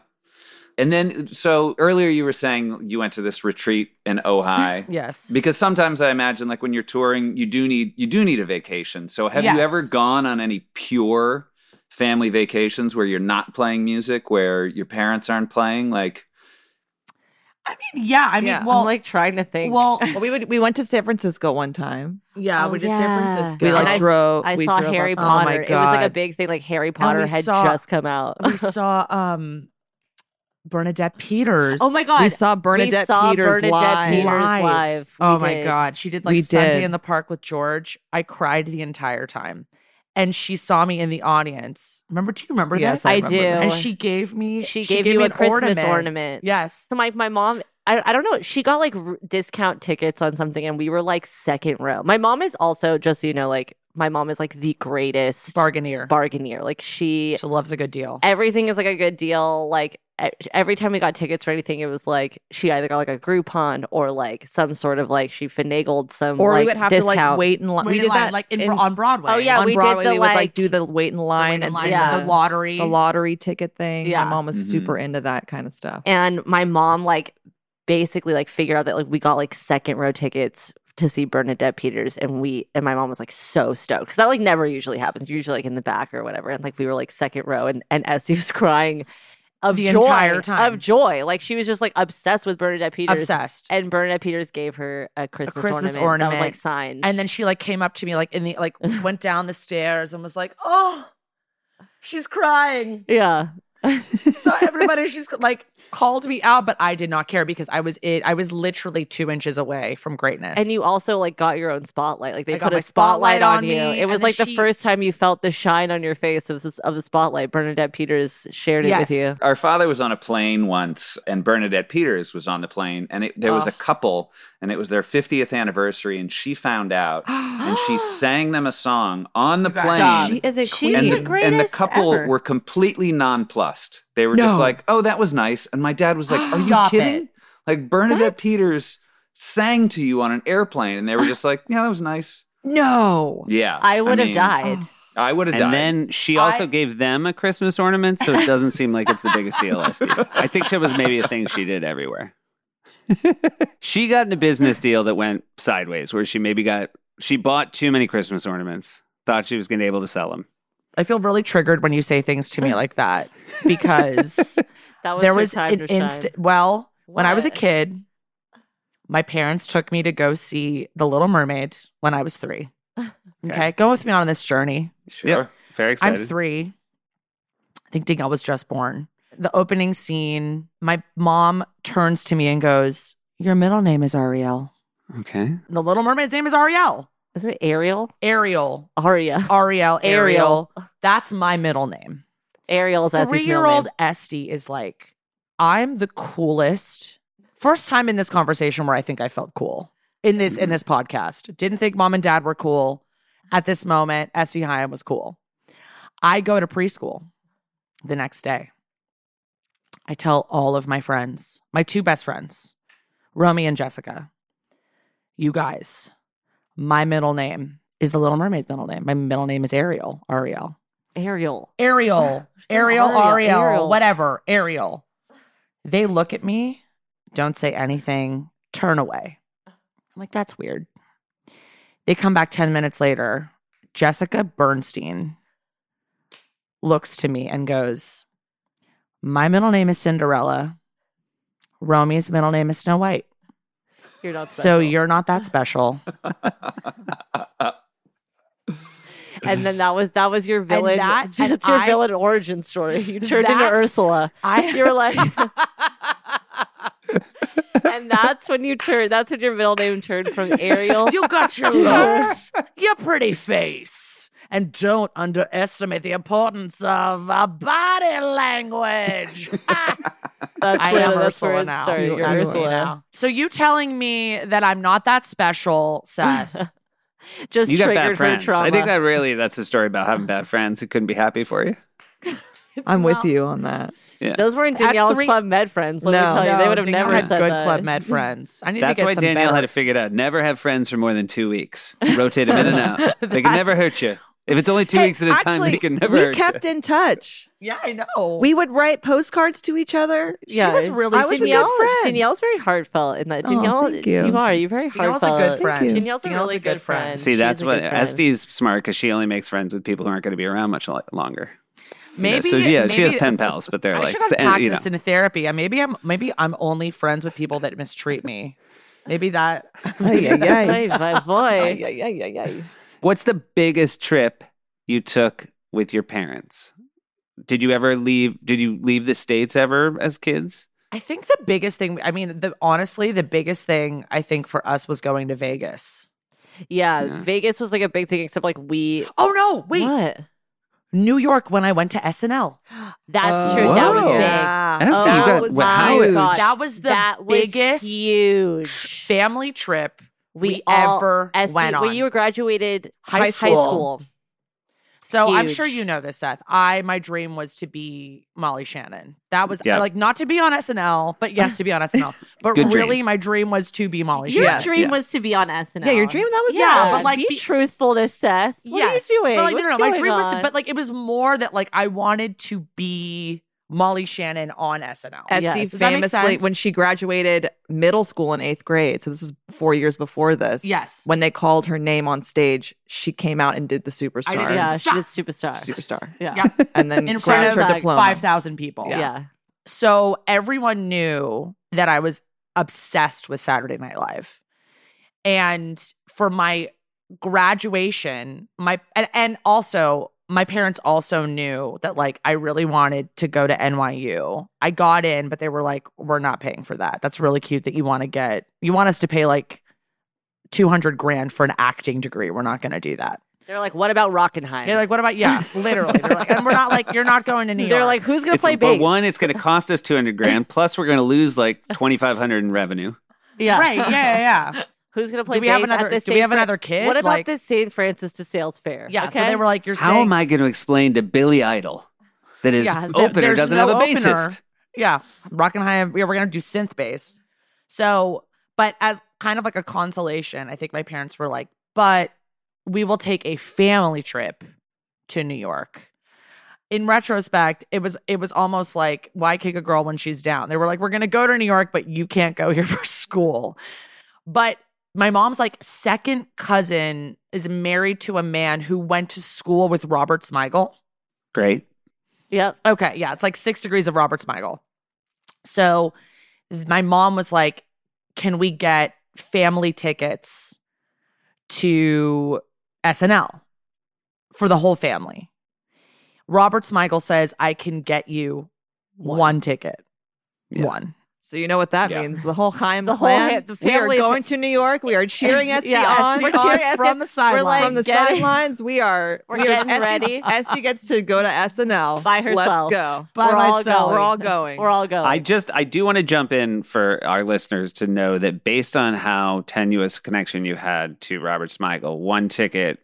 B: And then so earlier you were saying you went to this retreat in Ojai.
D: Yes.
B: Because sometimes I imagine like when you're touring, you do need you do need a vacation. So have
D: Yes.
B: you ever gone on any pure family vacations where you're not playing music, where your parents aren't playing? Like
D: I mean, yeah. I mean,
F: Yeah, I'm
D: well,
E: I'm like trying to think.
D: well,
F: Well, we would, we went to San Francisco one time.
D: yeah.
E: Oh,
D: we did
E: yeah.
D: San Francisco.
F: We like
E: And I s-
F: drove.
E: I
F: we
E: saw
F: drove
E: Harry
F: up-
E: Potter.
F: Oh my
E: It was like a
F: God.
E: big thing. Like Harry Potter
D: we
E: had
D: saw-
E: just come out.
D: we saw um Bernadette Peters.
E: Oh my God.
F: We saw Bernadette
E: saw
F: Peters
E: Bernadette
F: live.
E: Peters
D: Live.
E: live.
D: Oh
E: We
D: my
E: did.
D: god, she did like
F: We
D: Sunday
F: did.
D: in the Park with George. I cried the entire time, and she saw me in the audience. Remember? Do you remember
F: Yes,
D: this?
E: I
F: remember
E: do.
F: that.
D: And she gave me.
E: she gave, you
D: me
E: a
D: an
E: Christmas ornament.
D: Yes.
E: So my my mom, I, I don't know, she got like r- discount tickets on something, and we were like second row. My mom is also just so you know like my mom is like the greatest
D: Bargainer.
E: bargainer. Like she
D: she loves a good deal.
E: everything is like a good deal. Like e- every time we got tickets for anything, it was like she either got like a Groupon or like some sort of like she finagled some
F: or we
E: like,
F: would have to like
E: discount.
F: wait in line.
D: Wait
F: We
D: in
F: did
D: line,
F: that
D: like in,
F: in,
D: on Broadway.
E: Oh, yeah,
F: on
E: we did
F: Broadway.
E: the,
F: we would like,
E: like-
F: do the wait in line
D: the,
F: and
D: line,
E: yeah.
D: the lottery.
F: the lottery ticket thing.
E: Yeah.
F: My mom was
B: Mhm.
F: super
A: Mm-hmm.
F: into that kind of stuff.
E: and my mom like basically like figured out that like we got like second row tickets to see Bernadette Peters and we and my mom was like so stoked because that like never usually happens You're usually like in the back or whatever and like we were like second row and and Essie was crying of
D: The
E: joy
D: entire time.
E: of joy like she was just like obsessed with Bernadette Peters
D: Obsessed.
E: and Bernadette Peters gave her a Christmas,
D: Christmas
E: ornament, that
D: ornament.
E: was like signed
D: And then she like came up to me like in the like went down the stairs and was like, "Oh, she's crying."
E: yeah
D: So everybody, she's like called me out, but I did not care because I was it. I was literally two inches away from greatness.
E: and you also like got your own spotlight like they
D: I got
E: put
D: my
E: a
D: spotlight
E: spotlight,
D: on
E: on you
D: me,
E: it
D: and
E: was
D: then
E: like
D: she-
E: the first time you felt the shine on your face of this of the spotlight Bernadette Peters shared it
D: Yes.
E: with you
B: our father was on a plane once and Bernadette Peters was on the plane and it, there was
D: Oh.
B: a couple and it was their 50th anniversary and she found out and she sang them a song on the
D: You guys-
B: plane.
E: Stop.
F: She is a
E: She's
F: queen.
B: and
E: the
B: the,
E: greatest
B: and the couple
E: ever.
B: were completely nonplussed. They were just
F: No.
B: like, "Oh, that was nice." And my dad was like, "Are you
D: Stop
B: kidding?"
D: it.
B: Like Bernadette
E: That's-
B: Peters sang to you on an airplane, and they were just like, "Yeah, that was nice."
F: no.
B: Yeah,
E: I would
B: mean,
E: have died.
D: Oh.
B: I would have died.
A: And then she also
D: I-
A: gave them a Christmas ornament, so it doesn't seem like it's the biggest deal. Esty. I think that was maybe a thing she did everywhere. she got in a business deal that went sideways, where she maybe got she bought too many Christmas ornaments, thought she was going to be able to sell them.
D: I feel really triggered when you say things to me like that because
E: That was
D: there
E: her
D: was
E: time
D: an
E: to shine.
D: instant. Well, when I was a
E: What?
D: kid, my parents took me to go see The Little Mermaid when I was three. Okay, go with me on this journey.
B: sure.
A: Yep. Very excited.
D: I'm three. I think Danielle was just born. The opening scene, my mom turns to me and goes, Your middle name is Ariel.
A: okay.
D: The Little Mermaid's name is Ariel.
E: Isn't it Ariel?
D: Ariel.
E: Aria.
D: Ariel. Ariel.
E: Ariel.
D: That's my middle name.
E: Ariel's as
D: Three
E: his
D: year
E: middle
D: old
E: name.
D: Esty is like, I'm the coolest. First time in this conversation where I think I felt cool in this
E: Mm-hmm.
D: in this podcast. Didn't think mom and dad were cool. At this moment, Esty Hyam was cool. I go to preschool the next day. I tell all of my friends, my two best friends, Romy and Jessica, you guys, My middle name is the Little Mermaid's middle name. My middle name is Ariel. Ariel.
E: Ariel.
D: Ariel. Ariel.
E: Ariel,
D: Ariel.
E: Ariel.
D: Whatever. Ariel. They look at me, don't say anything, turn away. I'm like, that's weird. They come back 10 minutes later. Jessica Bernstein looks to me and goes, My middle name is Cinderella. Romy's middle name is Snow White.
E: You're not
D: So
E: special.
D: you're not that special.
E: and then that was that was your villain.
D: that-
E: that's
D: and
E: your
D: I-
E: villain origin story. You turned into
D: That-
E: Ursula. you
D: I
E: were like, and that's when you turn. That's when your middle name turned from Ariel.
D: You got your looks, your pretty face. And don't underestimate the importance of uh, body language.
E: That's
D: I
E: where-
D: am
E: that's where
D: Ursula
E: it
D: now.
E: started.
D: You
E: You're
D: are
E: Ursula.
D: now. So you telling me that I'm not that special, Seth?
E: Just
A: You got
E: triggered
A: bad
E: her
A: friends.
E: trauma.
A: I think that really that's a story about having bad friends who couldn't be happy for you.
F: I'm
E: Well,
F: with you on that.
E: Those weren't
D: At
E: Danielle's
D: three-
E: Club Med friends. Let
F: No.
E: me tell you, they would have
D: Danielle
E: never
D: had
E: said
D: good
E: that.
D: club med friends. I need
A: That's
D: to get
A: why
D: some
A: Danielle
D: better.
A: had it figured out. Never have friends for more than two weeks. Rotate them in and out. They can never hurt you. If it's only two
F: Hey,
A: weeks at a time, they
F: actually,
A: can never
F: we
A: hurt
F: kept in touch.
D: yeah, I know.
F: We would write postcards to each other.
E: Yeah,
D: she was really
E: I was
D: sweet.
E: Danielle,
F: friend.
E: Danielle's very heartfelt in that.
F: Oh,
E: Danielle,
F: thank you.
E: are. You're very
D: Danielle's a
E: heartfelt.
D: good friend.
F: you.
E: Danielle's, a really good friend.
A: you. See,
E: She's
A: that's
E: a
A: what
E: good friend.
A: Estee's smart because she only makes friends with people who aren't going to be around much lo- longer. You know,
D: Maybe
A: so yeah, she has
D: maybe-
A: pen pals, but they're
D: I
A: like,
D: should
A: it's- and,
D: unpack
A: you know.
D: this in therapy. And maybe I'm maybe I'm only friends with people that mistreat me. Maybe that
F: yeah, yeah.
E: Hey, my boy.
A: What's the biggest trip you took with your parents? Did you ever leave? Did you leave the states ever as kids?
D: I think the biggest thing. I mean, the honestly, the biggest thing I think for us was going to Vegas.
E: Yeah,
A: Yeah.
E: Vegas was like a big thing, except like we.
D: Oh no! Wait,
E: What?
D: New York when I went to SNL.
E: That's true. That was
A: Whoa.
E: big.
F: Yeah.
A: Estee,
F: Oh
A: you
E: that
A: got
F: was
A: wow,
F: huge.
E: gosh.
D: That was the
E: that was
D: biggest
E: huge.
D: family trip
E: we,
D: we,
E: all
D: ever
E: Estee-
D: went on.
E: Well, you were graduated
D: High
E: High
D: school.
E: school.
D: so I'm sure
E: huge.
D: you know this, Seth. I my dream was to be Molly Shannon. That was
A: Yeah.
D: like not to be on SNL, but yes, to be on SNL. But
A: Good dream.
D: really, my dream was to be Molly
E: Your
D: Shannon.
F: Yes.
E: dream
A: Yeah.
E: was to be on SNL.
F: Yeah, your dream that was
E: Yeah,
D: Yeah, but, like,
E: be
D: the-
E: truthful to Seth. What
D: yes.
E: are you doing?
D: But like,
E: What's
D: no, no, no.
E: going
D: My dream was,
E: on?
D: to, but like, it was more that like I wanted to be Molly Shannon on SNL.
E: Yes.
F: Esty
D: Does that make
F: famously,
D: sense?
F: when she graduated middle school in eighth grade, so this was four years before this.
D: yes.
F: When they called her name on stage, she came out and did the
D: I did
F: superstar.
E: yeah, she did
D: Superstar.
E: superstar.
F: Superstar.
E: yeah.
D: Yeah.
F: And then
D: in
F: grabbed
D: front of
F: her
D: like
F: diploma.
D: five thousand people.
E: yeah.
D: So everyone knew that I was obsessed with Saturday Night Live. And for my graduation, my and, and also my parents also knew that like I really wanted to go to NYU. I got in, but they were like, we're not paying for that. That's really cute that you want to get you want us to pay like 200 grand for an acting degree. We're not going to do that.
E: They're like, what about Rockenheim?
D: They're like, what about yeah, literally. They're like, and we're not like you're not going to New York.
E: They're like, who's gonna play
A: It's- but
E: bass?
A: one, it's going to cost us two hundred grand. Plus, we're going to lose like twenty five hundred in revenue.
E: yeah,
D: right, yeah, yeah, yeah.
E: Who's gonna play?
D: Do we have
E: bass at
D: another?
E: the
D: Do we
E: St.
D: have
E: Fran-
D: another kid?
E: What about
D: Like-
E: the St. Francis de Sales Fair?
D: Yeah, so
E: Okay?
D: they were like, "You're
A: How
D: saying,
A: am I going to explain to Billy Idol that his
D: Yeah, th-
A: opener
D: there's
A: doesn't
D: no
A: have a
D: opener.
A: bassist?
D: yeah, Rock and High. Yeah, we're gonna do synth bass." So, but as kind of like a consolation, I think my parents were like, "But we will take a family trip to New York." In retrospect, it was it was almost like why kick a girl when she's down. They were like, "We're gonna go to New York, but you can't go here for school." But my mom's like second cousin is married to a man who went to school with Robert Smigel.
A: Great.
E: Yep.
D: Okay, yeah, it's like six degrees of Robert Smigel. So th- my mom was like, "Can we get family tickets to SNL for the whole family?" Robert Smigel says, "I can get you one, ticket,
A: Yeah.
D: one."
F: So you know what that
B: Yeah.
F: means. The whole Chaim
E: The whole
F: plan.
E: hit- the
F: we are
E: family-
F: going to New York. We are cheering Esty
E: Yeah,
F: on.
E: Esty
F: We're
E: on.
F: cheering
E: Esty
F: from the sidelines.
E: like
F: from the
E: getting-
F: sidelines. We are.
E: We're
F: we are,
E: getting
F: Esty,
E: ready.
F: Esty gets to go to SNL
E: By herself.
F: Let's go.
E: By
F: we're all
E: myself.
F: going. We're all going.
E: We're all
D: Oh.
E: going.
A: I just I do want to jump in for our listeners to know that based on how tenuous connection you had to Robert Smigel, one ticket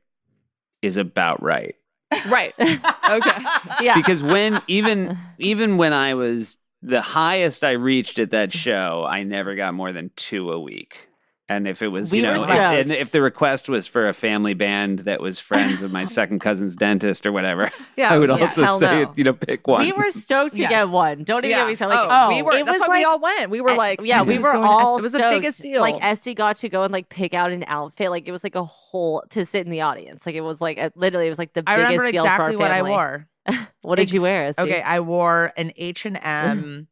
A: is about right.
F: right. Okay.
E: yeah.
A: Because when even even when I was the highest I reached at that show, I never got more than two a week. And if it was,
E: We
A: you
E: were
A: know, if,
E: stoked.
A: and if the request was for a family band that was friends of my second cousin's dentist or whatever,
E: Oh,
F: Yeah,
A: I would
F: yeah,
A: also
F: hell
A: say,
F: no.
A: you know, pick one.
E: We were stoked to
F: Yes.
E: get one. Don't even
F: yeah.
E: get me started.
F: oh,
E: Like,
F: we
D: oh,
F: were.
E: it
F: That's
E: was
F: why we
E: like-
F: all went. We were
E: uh,
F: like,
E: yeah,
F: this
E: we
F: is
E: were
F: going to-
E: all
F: It was the
E: stoked.
F: biggest deal.
E: Like Esty got to go and like pick out an outfit. Like it was like a whole to sit in the audience. Like it was like a, literally it was like the
D: I
E: biggest
D: remember
E: deal for our
D: exactly what I
E: family.
D: wore.
E: What did you
D: Ex-
E: wear? Esty?
D: Okay, I wore an H and M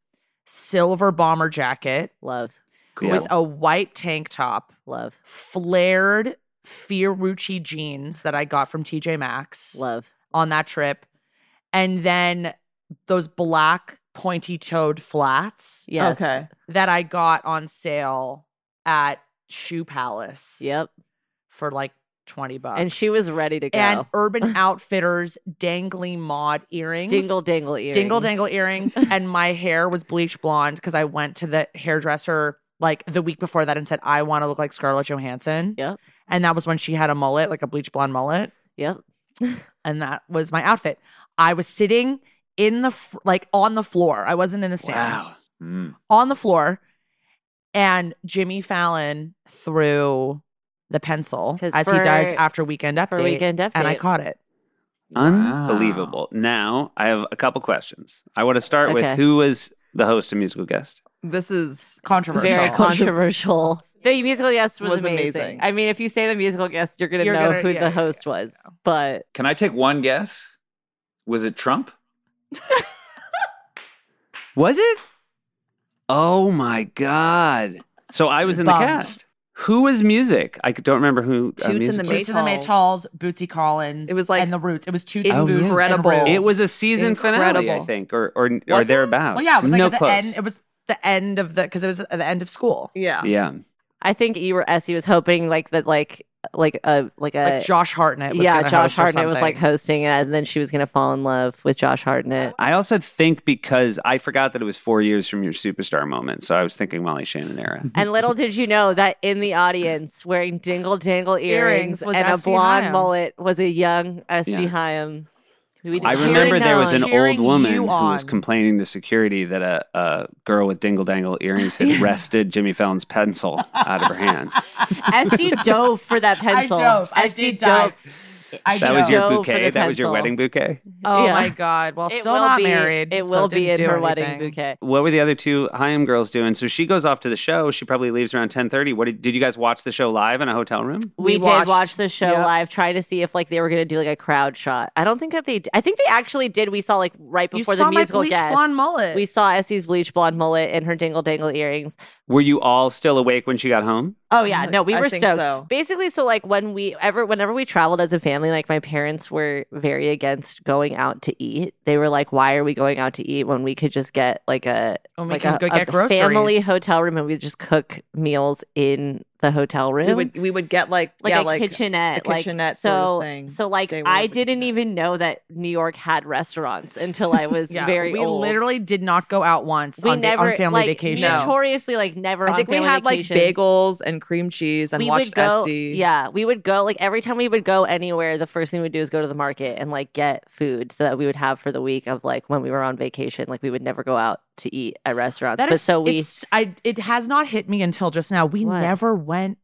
D: silver bomber jacket
E: love,
D: with a white tank top,
E: love,
D: flared Fiorucci jeans that I got from TJ Maxx
E: love.
D: on that trip, and then those black pointy-toed flats
E: Yes.
F: okay,
D: that I got on sale at Shoe Palace
E: Yep.
D: for like twenty bucks.
E: And she was ready to go.
D: Uh, and Urban Outfitters dangly mod earrings.
E: dingle dangle earrings.
D: dingle dangle earrings and my hair was bleach blonde because i went to the hairdresser like the week before that and said i want to look like scarlett johansson
E: Yep.
D: and that was when she had a mullet like a bleach blonde mullet
E: Yep.
D: and that was my outfit i was sitting in the f- like on the floor i wasn't in the stands
B: Wow. Mm.
D: on the floor and jimmy fallon threw the pencil
E: 'Cause
D: as he does
E: for-
D: after weekend update
E: For weekend update.
D: and i caught it
A: Unbelievable. Now I have a couple questions. I want to start
E: Okay.
A: with who was the host and musical guest?
F: this is
D: controversial
E: very
F: Controversial.
E: controversial. The musical guest was,
F: Was
E: amazing.
F: amazing.
E: I mean, if you say the musical guest, you're gonna
D: You're
E: know
D: gonna-
E: who
D: yeah,
E: the
D: yeah,
E: host was. But
B: Can I take one guess? Was it Trump?
A: Was it? Oh my God. So I was in the
D: Bummed.
A: cast. Who was music? I don't remember who.
F: Toots
A: uh,
F: and the
A: music was.
D: Boots and the Maytals, Bootsy Collins.
F: It was like
D: and the Roots. It was two
A: Oh,
D: Boots
A: yeah.
D: incredible.
F: Incredible.
D: And the Roots.
A: It was a season finale, I
F: Incredible.
A: think, or or, or
F: Was it?
A: thereabouts.
D: Well, yeah, it was like
A: no
D: at the
A: close.
D: end. It was the end of the because it was at the end of school.
F: yeah.
A: yeah,
E: I think you were Essie was hoping like that like like a like a
D: Like Josh Hartnett. Was
E: yeah
D: gonna
E: Josh
D: host or
E: Hartnett was like
D: something.
E: hosting it, and then she was gonna fall in love with Josh Hartnett.
A: I also think because I forgot that it was four years from your superstar moment, so I was thinking Molly Shannon era.
E: And little did you know that in the audience, wearing dingle dangle earrings,
D: Earrings was
E: and a
D: Esty
E: blonde
D: Hyam.
E: mullet, was a young Esty
A: Yeah.
E: Hyam. who we
A: I
E: didn't
A: remember there was an
E: know.
D: Cheering
A: old woman
D: you
A: who was
D: on.
A: complaining to security that a, a girl with dingle dangle earrings had wrested Jimmy Fallon's pencil out of her hand.
E: Esty dove for that pencil.
D: I dove. I
E: Esty
D: did dive. I
A: that
D: dove.
A: was your
E: Joe for
A: bouquet.
E: the
A: That was your
E: pencil.
A: wedding bouquet.
D: Oh
E: Yeah.
D: my god! Well,
E: It
D: still
E: will
D: not
E: be-
D: married.
E: It
D: so
E: will be in
D: didn't do
E: her wedding
D: anything.
E: bouquet.
A: What were the other two Haim girls doing? So she goes off to the show. She probably leaves around ten thirty. What did, did you guys watch the show live in a hotel room?
E: We,
F: We
E: did
F: watched-
E: watch the show
F: yeah.
E: live, try to see if like they were going to do like a crowd shot. I don't think that they. d- I think they actually did. We saw like right
D: You
E: before
D: saw
E: the
D: my
E: musical
D: bleach
E: guest.
D: blonde mullet.
E: we saw Essie's bleach blonde mullet and her dingle dangle earrings.
A: Were you all still awake when she got home?
E: Oh yeah, no, we
F: I
E: were
F: think
E: stoked.
F: so.
E: Basically, so like when we ever, whenever we traveled as a family, like my parents were very against going out to eat. They were like, "Why are we going out to eat when we could just get like a
D: and we
E: like
D: can
E: a,
D: Oh go get
E: a
D: groceries.
E: family hotel room and we just cook meals in the hotel room?"
F: We would we would get like
E: like
F: yeah,
E: a
F: like
E: kitchenette,
F: a
E: like
F: kitchenette
E: so.
F: sort of thing.
E: So like
F: Stay with
E: I
F: us a
E: didn't
F: kitchenette.
E: even know that New York had restaurants until I was
D: Yeah,
E: very
D: we
E: old.
D: literally did not go out once.
E: we
D: on, va-
E: never
D: on family
E: like,
D: vacations.
F: No.
E: Notoriously, like never.
F: I
E: on
F: think we
E: family
F: had like
E: vacations.
F: bagels and cream cheese and
E: we
F: watched
E: would go,
F: Esty.
E: yeah. We would go like every time we would go anywhere. The first thing we'd do is go to the market and like get food so that we would have for the week of like when we were on vacation. Like we would never go out to eat at restaurants.
D: That
E: but
D: is
E: so we
D: it's- I it has not hit me until just now. We
E: What?
D: never went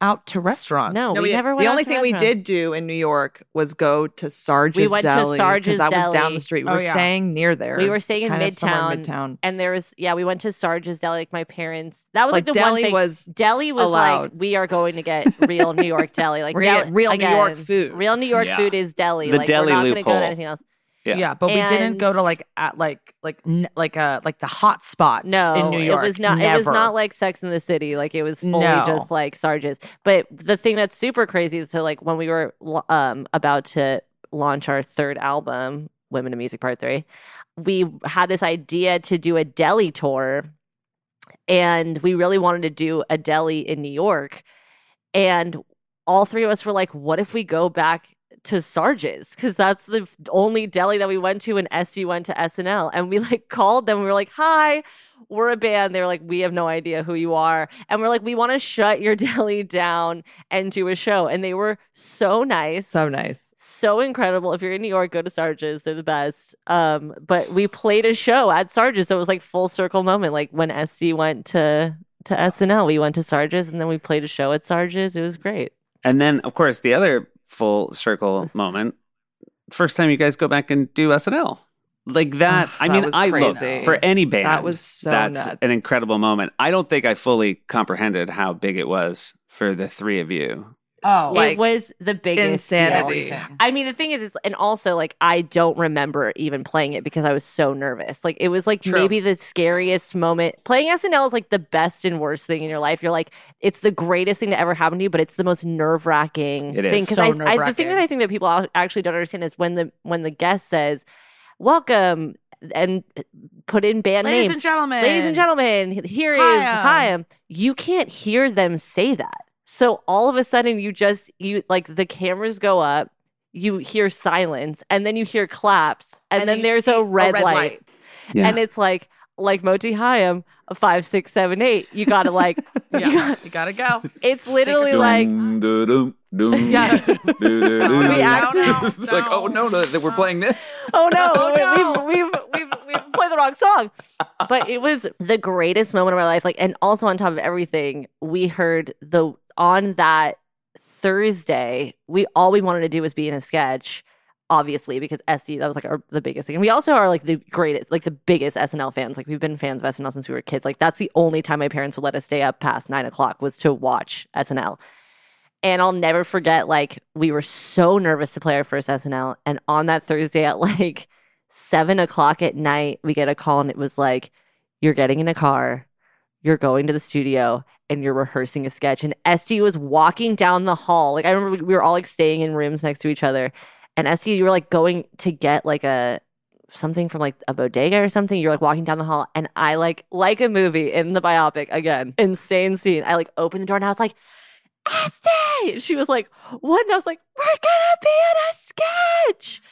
D: out to restaurants.
E: No, we never went
F: The
E: out
F: only
E: to
F: thing we
E: restaurants.
F: did do in New York was go to Sarge's
E: went to
F: Deli
E: Sarge's
F: that was down
E: Deli.
F: the street. We
D: Oh,
F: were
D: yeah.
F: staying near there.
E: we were staying in
F: kind of somewhere
E: Midtown,
F: in Midtown.
E: and there was yeah. We went to Sarge's Deli. Like my parents, that was
F: Like
E: like, the one
F: Deli
E: thing.
F: was
E: Deli was like,
F: allowed.
E: we are going to get real New York deli. Like
F: We're
E: deli-
F: gonna get real New
E: again,
F: York food.
E: Real New York
B: Yeah.
E: food is deli.
A: The
E: like,
A: deli
E: we're not gonna Go
A: loophole.
E: to anything else.
A: Yeah.
D: Yeah, but we didn't go to
E: And-
D: like at like like n- like uh like the hot spots
E: No,
D: in New York.
E: it was not.
D: Never.
E: It was not like Sex in the City. Like it was fully
D: No.
E: just like Sarge's. But the thing that's super crazy is so like when we were um about to launch our third album, Women in Music Part Three, we had this idea to do a deli tour, and we really wanted to do a deli in New York, and all three of us were like, "What if we go back?" To Sarge's because that's the only deli that we went to, and SU went to SNL, and we like called them. We were like, "Hi, we're a band. They were like, we have no idea who you are. And we're like, we want to shut your deli down and do a show. And they were so nice.
F: so nice.
E: so incredible. If you're in New York, go to Sarge's. They're the best. Um, but we played a show at Sarge's. So it was like full circle moment. Like when SD went to to SNL. We went to Sarge's and then we played a show at Sarge's. It was great.
A: And then, of course, the other full circle moment first time you guys go back and do SNL. Like that,
F: Ugh,
A: I
F: that
A: mean,
F: was
A: I love
F: crazy.
A: for any band.
F: That was so
A: that's
F: nuts.
A: an incredible moment. I don't think I fully comprehended how big it was for the three of you.
D: Oh,
F: Like,
E: it was the biggest
F: insanity.
E: deal. I mean, the thing is, is, and also like I don't remember even playing it because I was so nervous. Like it was like
D: True.
E: maybe the scariest moment. Playing SNL is like the best and worst thing in your life. You're like, it's the greatest thing to ever happen to you, but it's the most nerve wracking
A: It is.
E: thing. Because
D: So
E: I, I, the thing
D: nerve-wracking.
E: that I think that people al- actually don't understand is when the when the guest says, "Welcome," and put in band
D: ladies
E: name.
D: and gentlemen,
E: Ladies and gentlemen, here is
D: Chaim.
E: Chaim. You can't hear them say that. So all of a sudden you just you like the cameras go up, you hear silence, and then you hear claps, and, then
D: you
E: there's
D: see
E: a red, light.
A: Yeah.
E: And it's like like Moti Chaim, five, six, seven, eight. You gotta like you
D: Yeah,
E: got-
D: you gotta go.
E: it's literally
D: Secret
E: like
D: Yeah.
E: We
D: actually-
B: It's like, oh no, no, that we're
D: Uh,
B: playing this.
E: oh no,
D: Oh, no.
E: We've, we've, we've, we've played the wrong song. But it was the greatest moment of my life. Like, and also on top of everything, we heard the on that Thursday, we all we wanted to do was be in a sketch. Obviously, because SD, that was like our, the biggest thing. And we also are like the greatest, like the biggest SNL fans. Like, we've been fans of SNL since we were kids. Like, that's the only time my parents would let us stay up past nine o'clock was to watch SNL. And I'll never forget, like, we were so nervous to play our first SNL. And on that Thursday at like seven o'clock at night, we get a call and it was like, You're getting in a car, you're going to the studio, and you're rehearsing a sketch. And Esty was walking down the hall. Like, I remember we, we were all like staying in rooms next to each other. And Esty, you were like going to get like a something from like a bodega or something. You're like walking down the hall, and I like, like a movie in the biopic again, insane scene. I like opened the door and I was like, Esty! She was like, what? And I was like, we're gonna be in a sketch.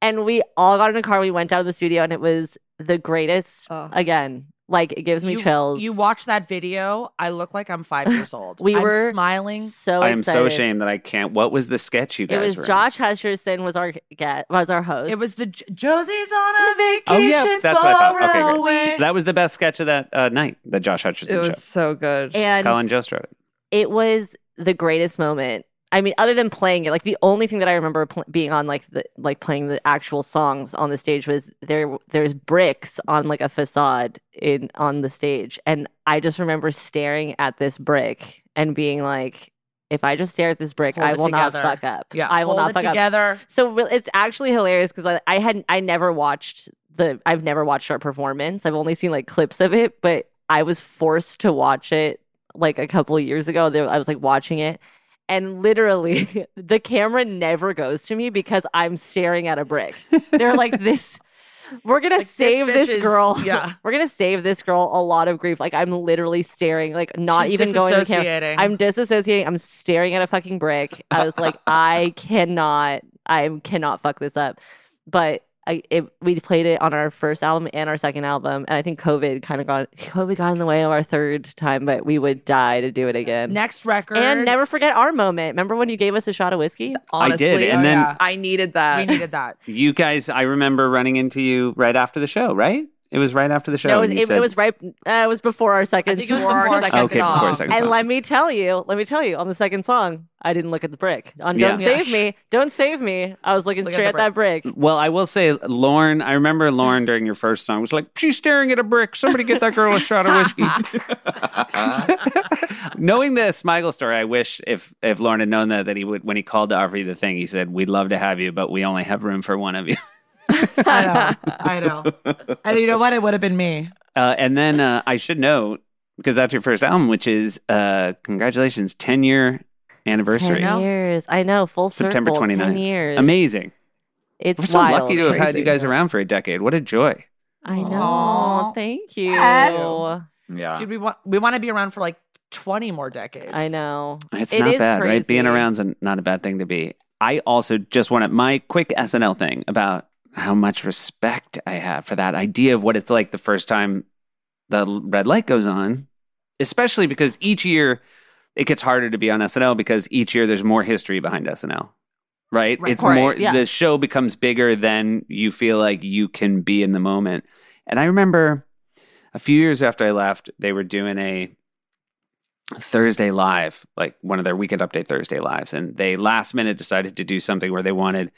E: And we all got in a car. We went down to the studio, and it was the greatest.
F: Oh.
E: Again, like it gives me
D: you,
E: chills.
D: You watch that video. I look like I'm five years old.
E: We
D: I'm
E: were
D: smiling.
E: So
A: I am so
E: excited.
A: ashamed that I can't. What was the sketch you
E: It
A: guys
E: was
A: were in?
E: Josh Hutcherson was our guest, was our host.
D: It was the J- Josie's on a vacation.
A: Oh, yeah. That's what I thought. Okay, great.
D: away.
A: That was the best sketch of that uh, night, the Josh Hutcherson
F: It
A: show.
F: was so good.
E: and
A: Colin Jost wrote it.
E: it was the greatest moment. I mean, other than playing it, like the only thing that I remember pl- being on, like the like playing the actual songs on the stage was there. There's bricks on like a facade in on the stage, and I just remember staring at this brick and being like, "If I just stare at this brick,
D: Hold
E: I
D: it
E: will
D: together.
E: not fuck up.
D: yeah,
E: I will
D: hold
E: not
D: it
E: fuck up."
D: together.
E: So re- it's actually hilarious because I, I had I never watched the I've never watched our performance. I've only seen like clips of it, but I was forced to watch it like a couple of years ago. There, I was like watching it, and literally the camera never goes to me because I'm staring at a brick. They're like this. We're gonna
D: Like, this
E: save
D: bitch
E: this,
D: is-
E: girl.
D: yeah.
E: We're gonna save this girl a lot of grief. Like I'm literally staring, like not
D: She's
E: even going to the camera.
D: disassociating.
E: I'm disassociating. I'm staring at a fucking brick. I was like, I cannot, I cannot fuck this up. But I, it, we played it on our first album and our second album, and I think COVID kind of got COVID got in the way of our third time, but we would die to do it again.
D: Next record.
E: and never forget our moment. Remember when you gave us a shot of whiskey?
F: Honestly,
A: I did. And
D: oh,
A: then
D: yeah.
F: I needed
D: We
F: that.
D: needed that.
A: you guys, I remember running into you right after the show, right? It was right after the show.
E: no, it was,
A: and you
E: it,
A: said-
E: it was right. Uh, it was before our second.
D: I think it was
E: song.
D: before our second
A: Okay, before
D: song.
A: our second
E: And
A: song.
E: let me tell you, let me tell you, on the second song, I didn't look at the brick. On
A: Yeah.
E: Don't
D: Yeah.
E: Save Me, Don't Save Me, I was looking
D: Look at
E: straight
D: the
E: at, that brick.
A: Well, I will say, Lauren, I remember Lauren during your first song was like, she's staring at a brick. Somebody get that girl a shot of whiskey. Knowing the Smigel story, I wish if if Lauren had known that, that he would, when he called to offer you the thing, he said, we'd love to have you, but we only have room for one of you.
D: I know. I know. And you know what? It would have been me.
A: Uh, and then uh, I should note, because that's your first album, which is, uh, congratulations, 10 year anniversary.
E: 10 years. I know, full
A: September
E: circle.
A: 29th.
E: 10 years.
A: Amazing.
E: It's
A: We're so
E: wild.
A: lucky to have had you
F: Crazy.
A: guys around for a decade. What a joy.
E: I know.
D: Aw.
E: Thank you.
D: Yes.
A: Uh.
B: Yeah.
D: Dude, we want we want to be around for like 20 more decades.
E: I know.
A: It's
E: It
A: not
E: is
A: bad, right? Being
E: crazy.
A: around's a- not a bad thing to be. I also just wanted my quick SNL thing about how much respect I have for that idea of what it's like the first time the l- red light goes on, especially because each year it gets harder to be on SNL because each year there's more history behind SNL. Right?
D: Right.
A: It's
E: Of course,
A: more
E: yeah.
A: the show becomes bigger than you feel like you can be in the moment. And I remember a few years after I left, they were doing a Thursday Live, like one of their Weekend Update Thursday Lives, and they last minute decided to do something where they wanted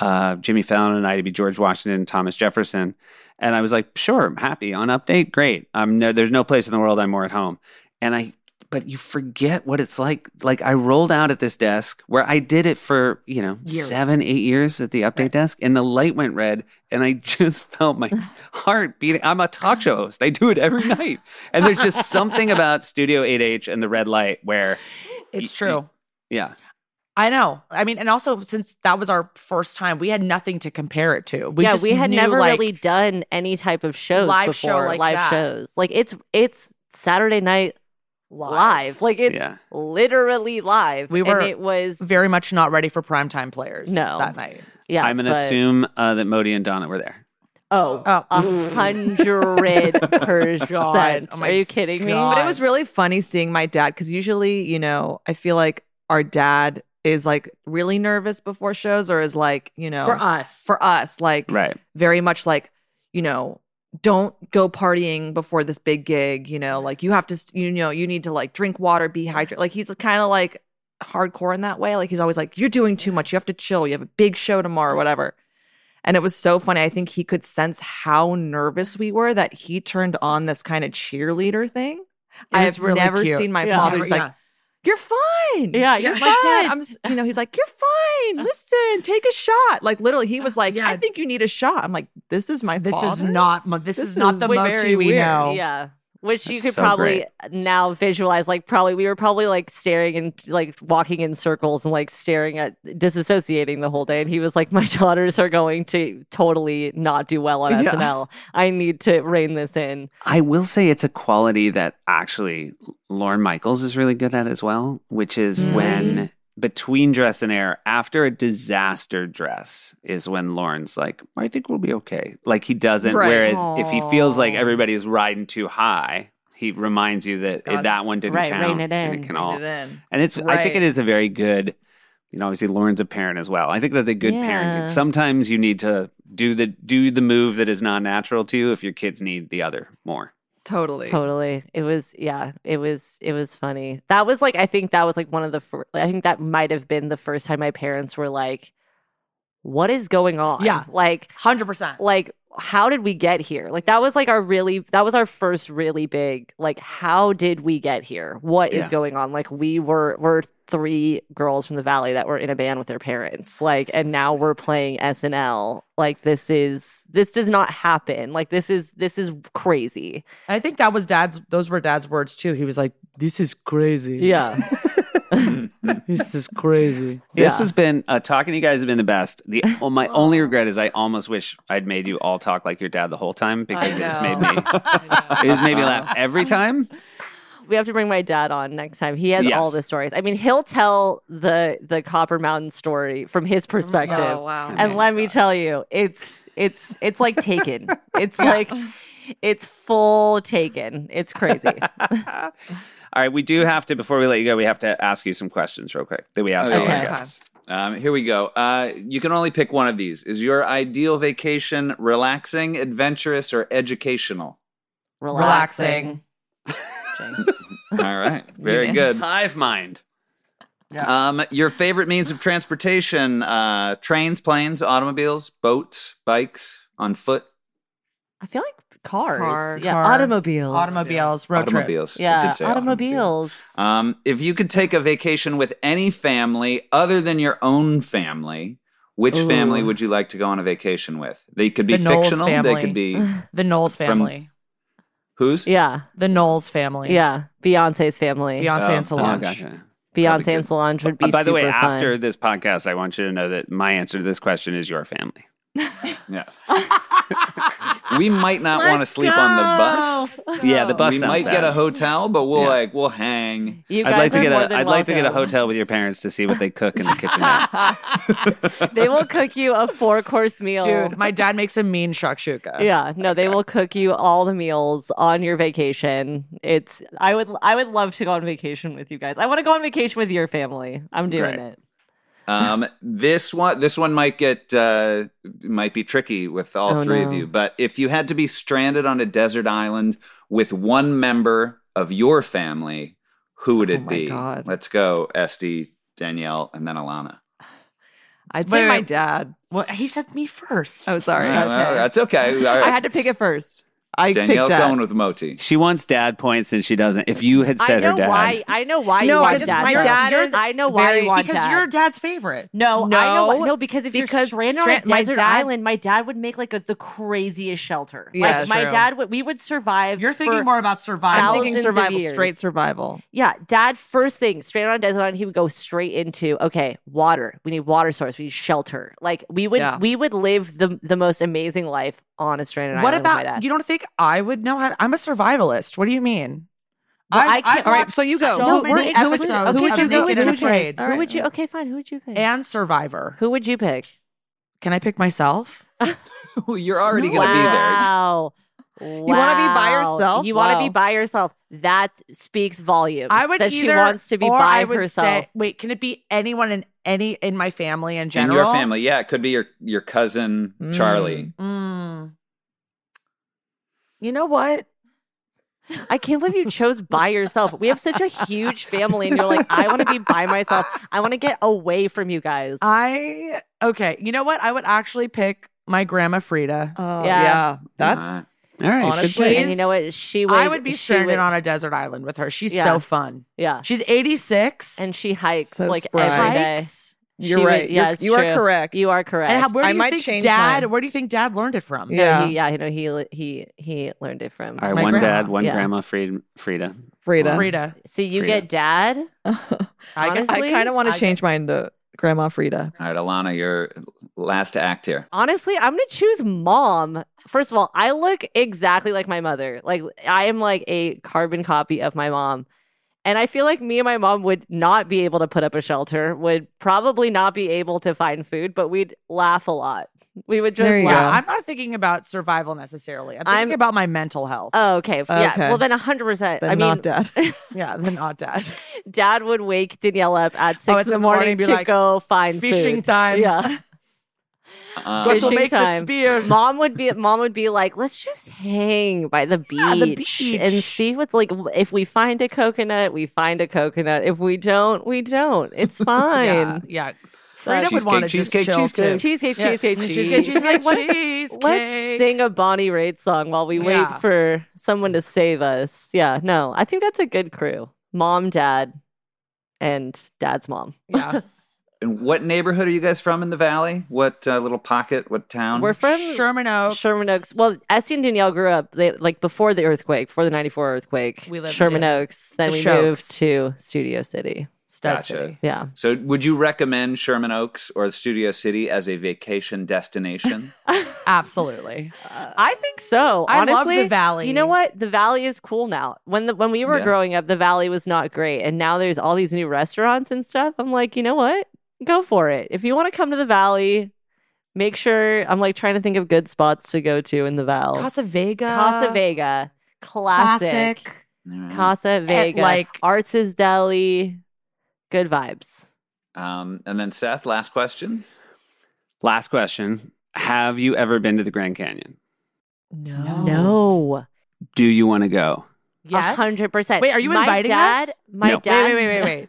A: uh, Jimmy Fallon and I to be George Washington and Thomas Jefferson, and I was like, sure, I'm happy on Update, great. I'm no, there's no place in the world I'm more at home, and I. But you forget what it's like. Like I rolled out at this desk where I did it for you know
D: Years.
A: seven, eight years at the update desk, and the light went red, and I just felt my heart beating. I'm a talk show host. I do it every night. And there's just something about Studio 8H and the red light where,
D: It's
A: Y- y-
D: true.
A: yeah,
D: I know. I mean, and also since that was our first time, we had nothing to compare it to. We
E: yeah,
D: just
E: we had
D: knew,
E: never
D: like,
E: really done any type of shows
D: live show
E: before,
D: like
E: live
D: that.
E: shows. Like it's it's Saturday night live. Like it's
A: Yeah.
E: literally live.
D: We
E: And
D: were
E: it was
D: Very much not ready for primetime players.
E: No.
D: that night.
E: yeah.
A: I'm going to
E: but-
A: assume uh, that Modi and Donna were there.
E: Oh,
D: Oh.
E: a hundred
D: God.
E: percent.
D: Oh my
E: Are you kidding me?
D: God.
E: But
F: But it was really funny seeing my dad because usually, you know, I feel like our dad is like really nervous before shows or is like, you know,
D: For us.
F: for us, like
A: Right.
F: very much like, you know, don't go partying before this big gig, you know, like you have to, st- you know, you need to like drink water, be hydrated. Like he's kind of like hardcore in that way. Like he's always like, you're doing too much. You have to chill. You have a big show tomorrow, whatever. And it was so funny. I think he could sense how nervous we were that he turned on this kind of cheerleader thing.
D: It was
F: I've
D: really
F: never
D: cute.
F: seen my
E: Yeah.
F: father
D: Never-
F: just like,
D: yeah.
F: you're fine.
E: Yeah, you're
F: Like, dad,
E: fine.
F: I'm, s- you know, he's like, you're fine. Listen, take a shot. Like, literally, he was like,
D: Yeah.
F: I think you need a shot. I'm like, this is my
D: this
F: father.
D: is not mo- this,
F: This
D: is not
F: is
D: the
F: way-
D: Moti
F: very
D: we
F: weird.
D: know.
E: Yeah. Which you
A: That's
E: could
A: so
E: probably now visualize, like probably we were probably like staring and like walking in circles and like staring at disassociating the whole day. And he was like, "My daughters are going to totally not do well on
F: Yeah.
E: SNL. I need to rein this in."
A: I will say it's a quality that actually Lauren Michaels is really good at as well, which is
F: Mm.
A: when between dress and air, after a disaster dress, is when Lauren's like, I think we'll be okay. Like he doesn't.
F: Right.
A: Whereas if he feels like
F: Aw.
A: everybody's riding too high, he reminds you that
F: Got it.
A: that one didn't
E: Right,
A: count.
E: rein it
A: and
E: in,
A: can
E: rein
A: all.
F: Put it in.
A: And it's I think
F: Right.
A: it is a very good, you know, obviously Lauren's a parent as well. I think that's a good
E: Yeah.
A: parent. Sometimes you need to do the do the move that is non natural to you if your kids need the other more.
F: Totally.
E: Totally, it was yeah, it was it was funny. That was like I think that was like one of the first. I think that might have been the first time my parents were like, "What is going on?"
D: Yeah.
E: like
D: Hundred percent.
E: like how did we get here like that was like our really that was our first really big like how did we get here What is
A: Yeah.
E: going on like we were we're three girls from the valley that were in a band with their parents like and now we're playing snl like this is this does not happen like this is this is crazy
D: I think that was dad's. Those were dad's words too. He was like, "This is crazy.
E: yeah
D: this is crazy."
A: This
E: Yeah.
A: has been uh, talking to you guys has been the best. The well, my only regret is I almost wish I'd made you all talk like your dad the whole time because it has made me it has made me laugh every time.
E: we have to bring my dad on next time he has all
A: Yes.
E: the stories i mean he'll tell the the copper mountain story from his perspective
F: Oh, wow.
E: and let me tell you it's it's it's like taken it's like it's full taken it's crazy
A: all right, we do have to before we let you go. We have to ask you some questions real quick that we ask
B: Okay.
A: all our
E: Okay.
A: guests.
B: Um, here we go. Uh, you can only pick one of these. Is your ideal vacation relaxing, adventurous, or educational?
D: Relaxing.
B: All right. Very good.
A: Hive mind.
B: Um, your favorite means of transportation uh, trains, planes, automobiles, boats, bikes, on foot,
E: i feel like cars
D: Car,
E: yeah
D: car.
E: automobiles
D: Automobiles, road trip.
B: automobiles. It
E: yeah
B: did say automobile.
E: automobiles
A: Uh,
B: Um, if you could take a vacation with any family other than your own family, which
D: Ooh.
B: family would you like to go on a vacation with? They could be
D: The Knowles
B: fictional. They
D: family.
B: could be
D: The Knowles
B: From-
D: family.
B: whose?
E: yeah
D: the Knowles family.
E: yeah beyonce's family
D: Beyonce
B: Oh.
D: and Solange.
E: beyonce
B: That'd be
E: and solange would be
A: Uh, by the way,
E: super fun.
A: after this podcast, I want you to know that my answer to this question is your family.
B: Yeah. we might not want to sleep on the bus.
A: Yeah, the bus
B: we
A: sounds
B: might
A: bad.
B: get a hotel, but we'll
A: Yeah.
B: like we'll hang.
E: you guys
A: I'd like to
E: are
A: get
E: more
A: a
E: than
A: I'd like to get a
E: welcome.
A: hotel with your parents to see what they cook in the kitchen.
E: they will cook you a four course meal
D: Dude, my dad makes a mean shakshuka.
E: yeah no they will cook you all the meals on your vacation it's i would i would love to go on vacation with you guys i want to go on vacation with your family i'm doing
A: Great.
E: it
B: Um, this one this one might get uh, might be tricky with all
E: Oh,
B: three of
E: no.
B: you. But if you had to be stranded on a desert island with one member of your family, Who would
F: Oh
B: it
F: my
B: be?
F: God.
B: Let's go, Esty, Danielle, and then Alana.
F: I'd
D: Wait,
F: say my
D: wait.
F: dad.
D: Well, he said me first.
F: Oh, sorry.
B: Yeah, well, that's okay. All right.
F: I had to pick it first. I
B: Danielle's
F: picked dad.
B: going with Moti.
A: She wants dad points and she doesn't. If you had
E: I
A: said
E: know
A: her dad,
E: why. I know why
F: No,
E: you want
F: because
E: dad.
F: my
E: though.
F: dad
E: You're-
F: is
E: I know why
F: very-
E: you want
D: because
E: dad.
D: you're dad's favorite.
E: no, I know.
F: No,
E: why- No, because if you're
F: because
E: stranded
F: strand-
E: on a
F: my
E: desert
F: dad-
E: island, my dad would make like a, the craziest shelter.
F: Yeah,
E: like my
F: true.
E: dad would, we would survive.
D: You're thinking
E: for-
D: more about
F: I'm
D: survival.
F: thinking
E: thousands of
F: survival,
E: years.
F: straight survival.
E: Yeah, dad, first thing, straight on a desert island, he would go straight into, okay, water. We need water source. We need shelter. Like we would
F: Yeah.
E: we would live the the most amazing life on a stranded
D: What
E: island. with my
D: about
E: dad.
D: you? Don't think I would know how? I'm a survivalist. What do you mean?
E: Well, I
D: I've- I've
E: can't- all right,
D: watched
F: so you go.
D: So
F: No,
D: many
F: we're- who would
D: episodes
F: you-
E: okay,
F: would
D: of
F: you- who
D: Naked
F: would
D: and
F: you
D: Afraid
E: Who would you okay, fine, who would you pick?
D: and Survivor.
E: who would you pick?
D: Can I pick myself?
B: You're already going to be there.
E: wow. be there.
F: wanna be by yourself?
E: You want to
F: Wow.
E: be by yourself. That speaks volumes.
D: I would
E: that
D: either.
E: she wants to be
D: or
E: by
D: I would
E: herself.
D: Say, wait, can it be anyone in any in my family in
B: In
D: general?
B: your family, yeah, it could be your your cousin
F: Mm.
B: Charlie.
D: Mm. You know what?
E: I can't believe you chose by yourself. We have such a huge family, and you're like, I want to be by myself. I want to get away from you guys.
D: I okay. You know what? I would actually pick my grandma Frida.
F: Oh,
E: Yeah.
F: yeah. That's
B: Uh,
A: All right,
F: Honestly,
A: good play.
E: and you know what? She would.
D: I would be
E: she
D: stranded
E: would-
D: on a desert island with her. She's
E: Yeah.
D: so fun.
E: Yeah,
D: She's 86.
E: and she hikes
F: So
E: like
F: spry.
E: every day.
D: hikes.
F: you're
E: She would-
F: right.
E: yeah,
F: You're-
E: it's
F: you
E: true.
F: are correct.
E: You are correct.
D: And how, where
F: I
D: do you
F: might
D: think
F: change
D: dad?
F: mine.
D: Where do you think dad learned it from?
F: Yeah.
E: He- yeah, I know he he he learned it from.
A: All right,
D: My
A: one
D: grandma.
A: dad, one
E: Yeah.
A: grandma, Fried- Frida.
F: Frida.
D: Frida.
E: So you
A: Frida.
E: get dad.
D: I guess
F: I
E: Honestly,
F: kind of want
D: I
F: to
D: get-
F: change mine to Grandma Frida.
B: all right, Alana, you're last to act here.
E: Honestly, I'm gonna choose mom. First of all, I look exactly like my mother. Like I am like a carbon copy of my mom. And I feel like me and my mom would not be able to put up a shelter, would probably not be able to find food, but we'd laugh a lot. We would just
F: There you
E: laugh.
F: go.
D: Yeah, I'm not thinking about survival necessarily. I'm thinking
E: I'm-
D: about my mental health.
E: Oh, okay. F- Yeah.
F: Okay.
E: Well, then 100%.
F: But
E: I mean,
F: not dad.
D: yeah, the not dad.
E: dad would wake Danielle up at six
D: Oh,
E: in the morning,
D: and be
E: to
D: like,
E: go find
D: Fishing
E: food.
D: time.
E: Yeah.
B: Um,
D: Go to
E: Fishing
D: make
E: time.
D: the spear.
E: mom would be mom would be like, let's just hang by the beach,
D: the
E: and
D: beach.
E: see what's like. If we find a coconut, we find a coconut. If we don't, we don't. It's
D: Yeah,
E: fine.
D: yeah. Frida
E: That's-
D: would want to just
B: Cheesecake,
D: chill
B: cheesecake,
D: too.
E: Cheesecake,
D: Yeah.
E: cheesecake,
D: Cheesecake,
E: cheesecake. Like,
D: cheesecake,
E: what-
D: cheesecake.
E: Let's sing a Bonnie Raitt song while we wait
D: Yeah.
E: for someone to save us. Yeah, no, I think that's a good crew. Mom, dad, and dad's mom.
D: Yeah.
B: And what neighborhood are you guys from in the valley? What uh, little pocket? What town?
E: We're from
D: Sherman Oaks.
E: Sherman Oaks. Well, Essie and Danielle grew up they, like before the earthquake, before the '94 earthquake.
D: We lived
E: Sherman
D: in
E: Oaks. Then
D: the
E: we
D: Shokes.
E: moved to Studio City.
D: Stud
B: Gotcha.
D: City.
E: Yeah,
B: so, would you recommend Sherman Oaks or Studio City as a vacation destination?
D: Absolutely.
E: I think so.
D: Uh, I love
E: honestly.
D: the valley.
E: You know what? The Valley is cool now. When the when we were
B: Yeah.
E: growing up, the Valley was not great, and now there's all these new restaurants and stuff. I'm like, you know what? Go for it. If you want to come to the Valley, make sure. I'm like trying to think of good spots to go to in the Valley.
D: Casa Vega.
E: Casa Vega, classic.
D: Classic.
B: All right.
E: Casa Vega,
D: Mm-hmm. like-
E: Arts is Deli, good vibes.
B: um, and then Seth, last question.
A: Last question: Have you ever been to the Grand Canyon?
D: No.
E: No,
A: Do you want to go?
D: Oh. Yes.
E: hundred percent.
D: Wait, are you
E: my
D: inviting
E: dad,
D: us?
E: My
A: No.
E: dad.
D: Wait, wait, wait,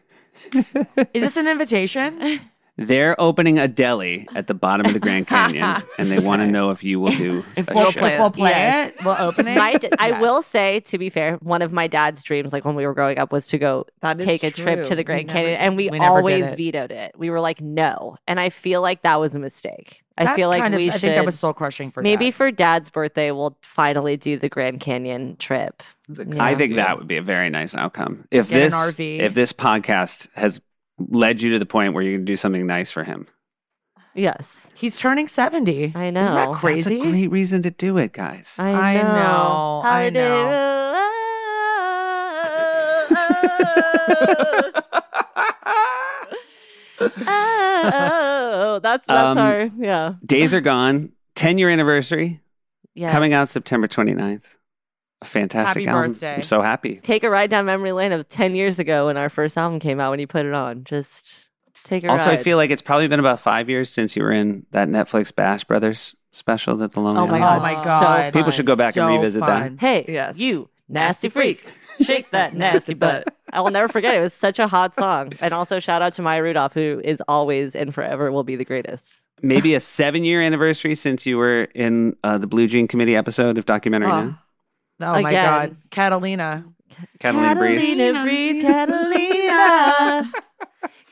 D: wait, wait. Is this an invitation?
A: They're opening a deli at the bottom of the Grand Canyon, and they want to know if you will do
D: If
A: a
D: we'll,
A: show.
D: play, if we'll play
E: Yes.
D: it, we'll open it.
E: My, d- I
D: Yes.
E: will say, to be fair, one of my dad's dreams, like when we were growing up, was to go
F: That is
E: take a trip to
F: true.
E: the Grand
D: never
E: Canyon,
D: did-
E: and we,
D: we never did
E: always
D: it.
E: vetoed it. We were like, no, and I feel like that was a mistake. I
D: That
E: feel like
D: kind of-
E: we
D: I
E: should
D: think that was soul crushing for
E: maybe
D: Dad.
E: for dad's birthday we'll finally do the Grand Canyon trip.
B: That's a
E: Yeah.
B: good
A: I think
B: idea.
A: that would be a very nice outcome. If
D: Get an
A: this
D: RV.
A: if this podcast has led you to the point where you're going to do something nice for him,
E: Yes,
D: He's turning 70.
E: I
D: Isn't
E: know.
D: that
E: That's a
A: that's
D: crazy? Uh,
A: a great reason to do it, guys.
D: I
E: I know.
D: know, I
E: Holiday- Oh, that's
A: Um,
E: that's our yeah
A: Days are gone. 10 year anniversary
E: yeah.
A: coming out September 29th. A fantastic
D: Happy
A: album.
D: birthday.
A: I'm so happy.
E: Take a ride down memory lane of ten years ago when our first album came out. When you put it on, just take a
A: Also,
E: ride.
A: I feel like it's probably been about five years since you were in that Netflix Bash Brothers special that the Lonely
E: oh my
A: Island-
E: god,
D: Oh my
E: so
D: God.
A: People
E: fun.
A: should go back and
D: So
A: revisit that.
D: fun.
E: Hey,
F: Yes.
E: you nasty freak, shake that nasty butt. I will never forget. It was such a hot song. And also shout out to Maya Rudolph, who is always and forever will be the greatest.
F: Maybe a seven year anniversary since you were in uh, the Blue Jean Committee episode of documentary.
E: Oh.
F: Now.
D: Oh my God.
E: Again.
D: Catalina.
F: Catalina Breeze.
E: Catalina Breeze, Catalina.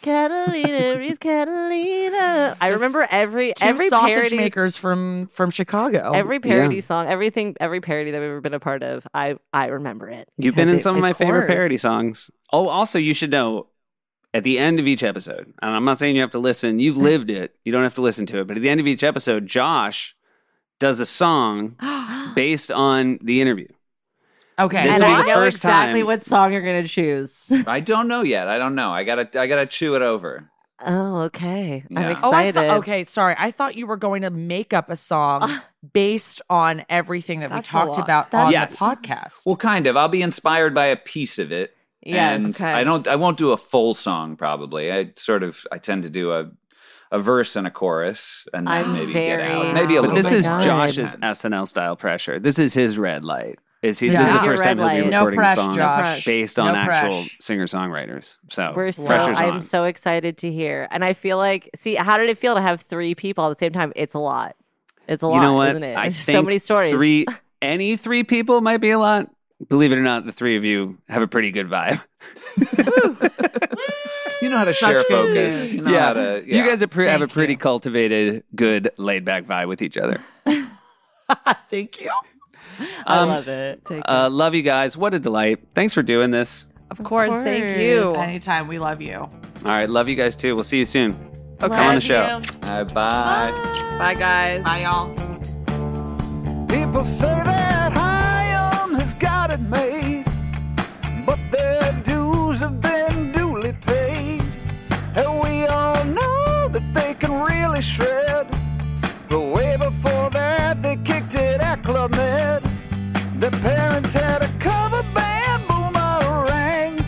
E: Catalina Breeze, Catalina. I
D: Just
E: remember every
D: Two
E: every
D: sausage
E: parody,
D: makers from from Chicago.
E: every parody song, everything, every parody that we've ever been a part of. I I remember it.
F: You've been
E: because
F: in
E: it-
F: some of my favorite
E: course.
F: parody songs. Oh, also, you should know at the end of each episode, and I'm not saying you have to listen, you've
E: Mm.
F: lived it, you don't have to listen to it, but at the end of each episode, Josh does a song based on the interview.
D: okay.
F: This
E: and
F: will be
E: I
F: the
E: know
F: first
E: exactly
F: time-
E: what song you're gonna choose.
B: I don't know yet. I don't know. I gotta I gotta chew it over.
E: Oh, okay.
B: Yeah.
E: I'm
B: Oh,
E: excited. Uh.
D: Oh, I thought. Okay, sorry. I thought you were going to make up a song based on everything that we
E: That's a
D: talked
E: lot.
D: about
E: That's-
D: on
F: Yes.
D: the podcast.
B: Well, kind of. I'll be inspired by a piece of it.
E: Yes.
B: and
E: okay.
B: I don't. I won't do a full song probably. I sort of. I tend to do a a verse and a chorus, and then
E: I'm
B: maybe get
E: very- uh,
B: out. Maybe a
F: But
B: little.
F: this
E: Oh my
B: bit
F: is
B: more.
E: God.
F: Josh's SNL style pressure. This is his red light. Is he? This
D: Yeah.
F: is the
D: Your
F: first
E: red
F: time he'll be
E: light.
F: recording
E: No
D: press,
F: a song
D: Josh.
F: based on
D: No
F: actual
D: press.
F: singer songwriters. So
E: We're so
F: Oh, pressure's
E: I'm
F: on.
E: so excited to hear. And I feel like see, how did it feel to have three people at the same time? It's a lot. It's a lot,
F: you know what?
E: isn't it?
F: I
E: There's
F: think
E: so many stories.
F: Three, any three people might be a lot. Believe it or not, the three of you have a pretty good vibe.
B: You know how to
D: Such
B: share
D: good
B: focus.
D: news.
B: You know how to. Yeah.
F: you guys are pre- have a
D: Thank
F: pretty
D: you.
F: cultivated, good, laid back vibe with each other.
D: Thank you.
E: I
F: um,
E: love it.
I: Take it.
F: Uh, love you guys. What a delight. Thanks for doing this.
E: Of course, thank
I: course.
E: you.
D: Anytime. We love you.
F: All right. Love you guys too. We'll see you soon.
I: Okay.
F: Come on the show.
B: All right, Uh, bye.
I: Bye, guys.
D: Bye, y'all.
A: People say that Hyam has got it made, but their dues have been duly paid. And we all know that they can really shred, but way before that they kicked it at Club Med. Their parents had a cover band, boomerang,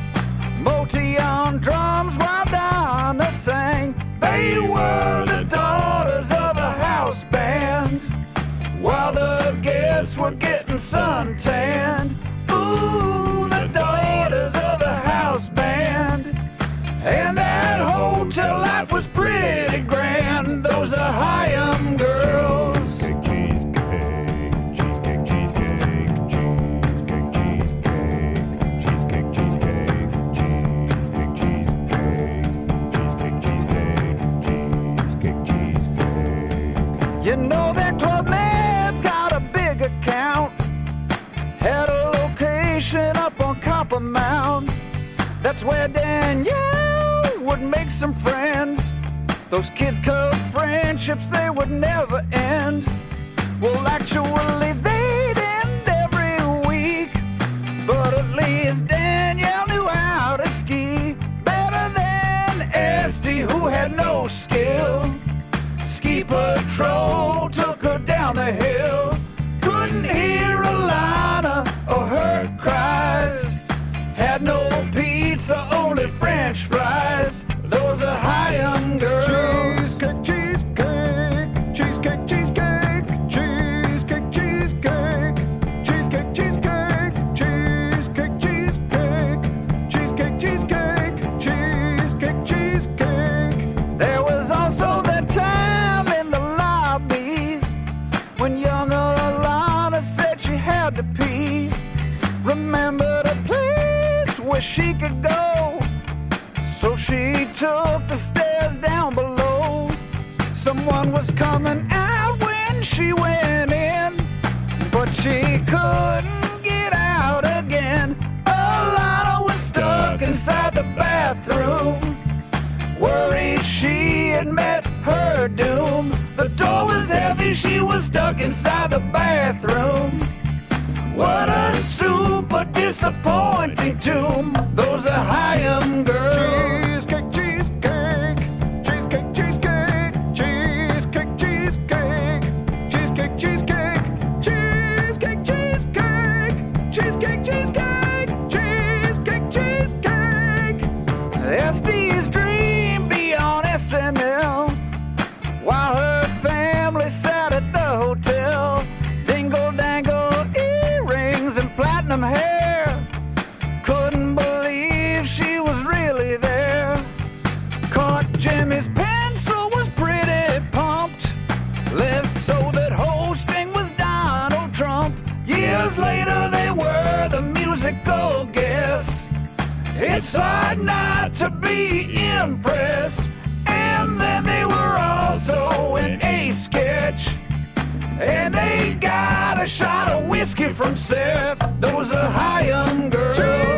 A: Moti on drums while Donna sang. They were the daughters of the house band while the guests were getting suntanned. Ooh, the daughters of the house band. And that hotel life was pretty grand. Those are Hyam girls. You know that club man's got a big account. Had a location up on Copper Mound. That's where Danielle would make some friends. Those kids cub friendships, they would never end. Well, actually, they'd end every week. But at least Danielle knew how to ski better than Esty, who had no skill. Ski patrol took her down the hill. Couldn't hear Alana or her cries. Had no pizza, only French fries. Those are Hyam girls. Cheesecake, cheesecake, cheesecake, cheesecake, cheesecake, cheesecake, cheesecake, cheesecake, cheesecake, cheesecake, cheesecake, cheesecake, cheesecake. There was also that time in the lobby when young Alana said she had to pee. Remembered a place where she could go. So she took the stairs down below. Someone was coming out when she went in, but she couldn't get out again. Alana was stuck inside the bathroom, worried she had met her doom. The door was heavy, she was stuck inside the bathroom. What a super disappointing tomb. Those are Hyam girls. Cheesecake, cheesecake, cheesecake, cheesecake, cheesecake, cheesecake, cheesecake, cheesecake, cheesecake, cheesecake, cheesecake, cheesecake, cheesecake, cheesecake. SD's dream beyond SNL while her family sat at the hotel. Dingle dangle earrings and platinum hair. Couldn't believe It's hard not to be impressed. And then they were also in a sketch. And they got a shot of whiskey from Seth. There was a high young girl.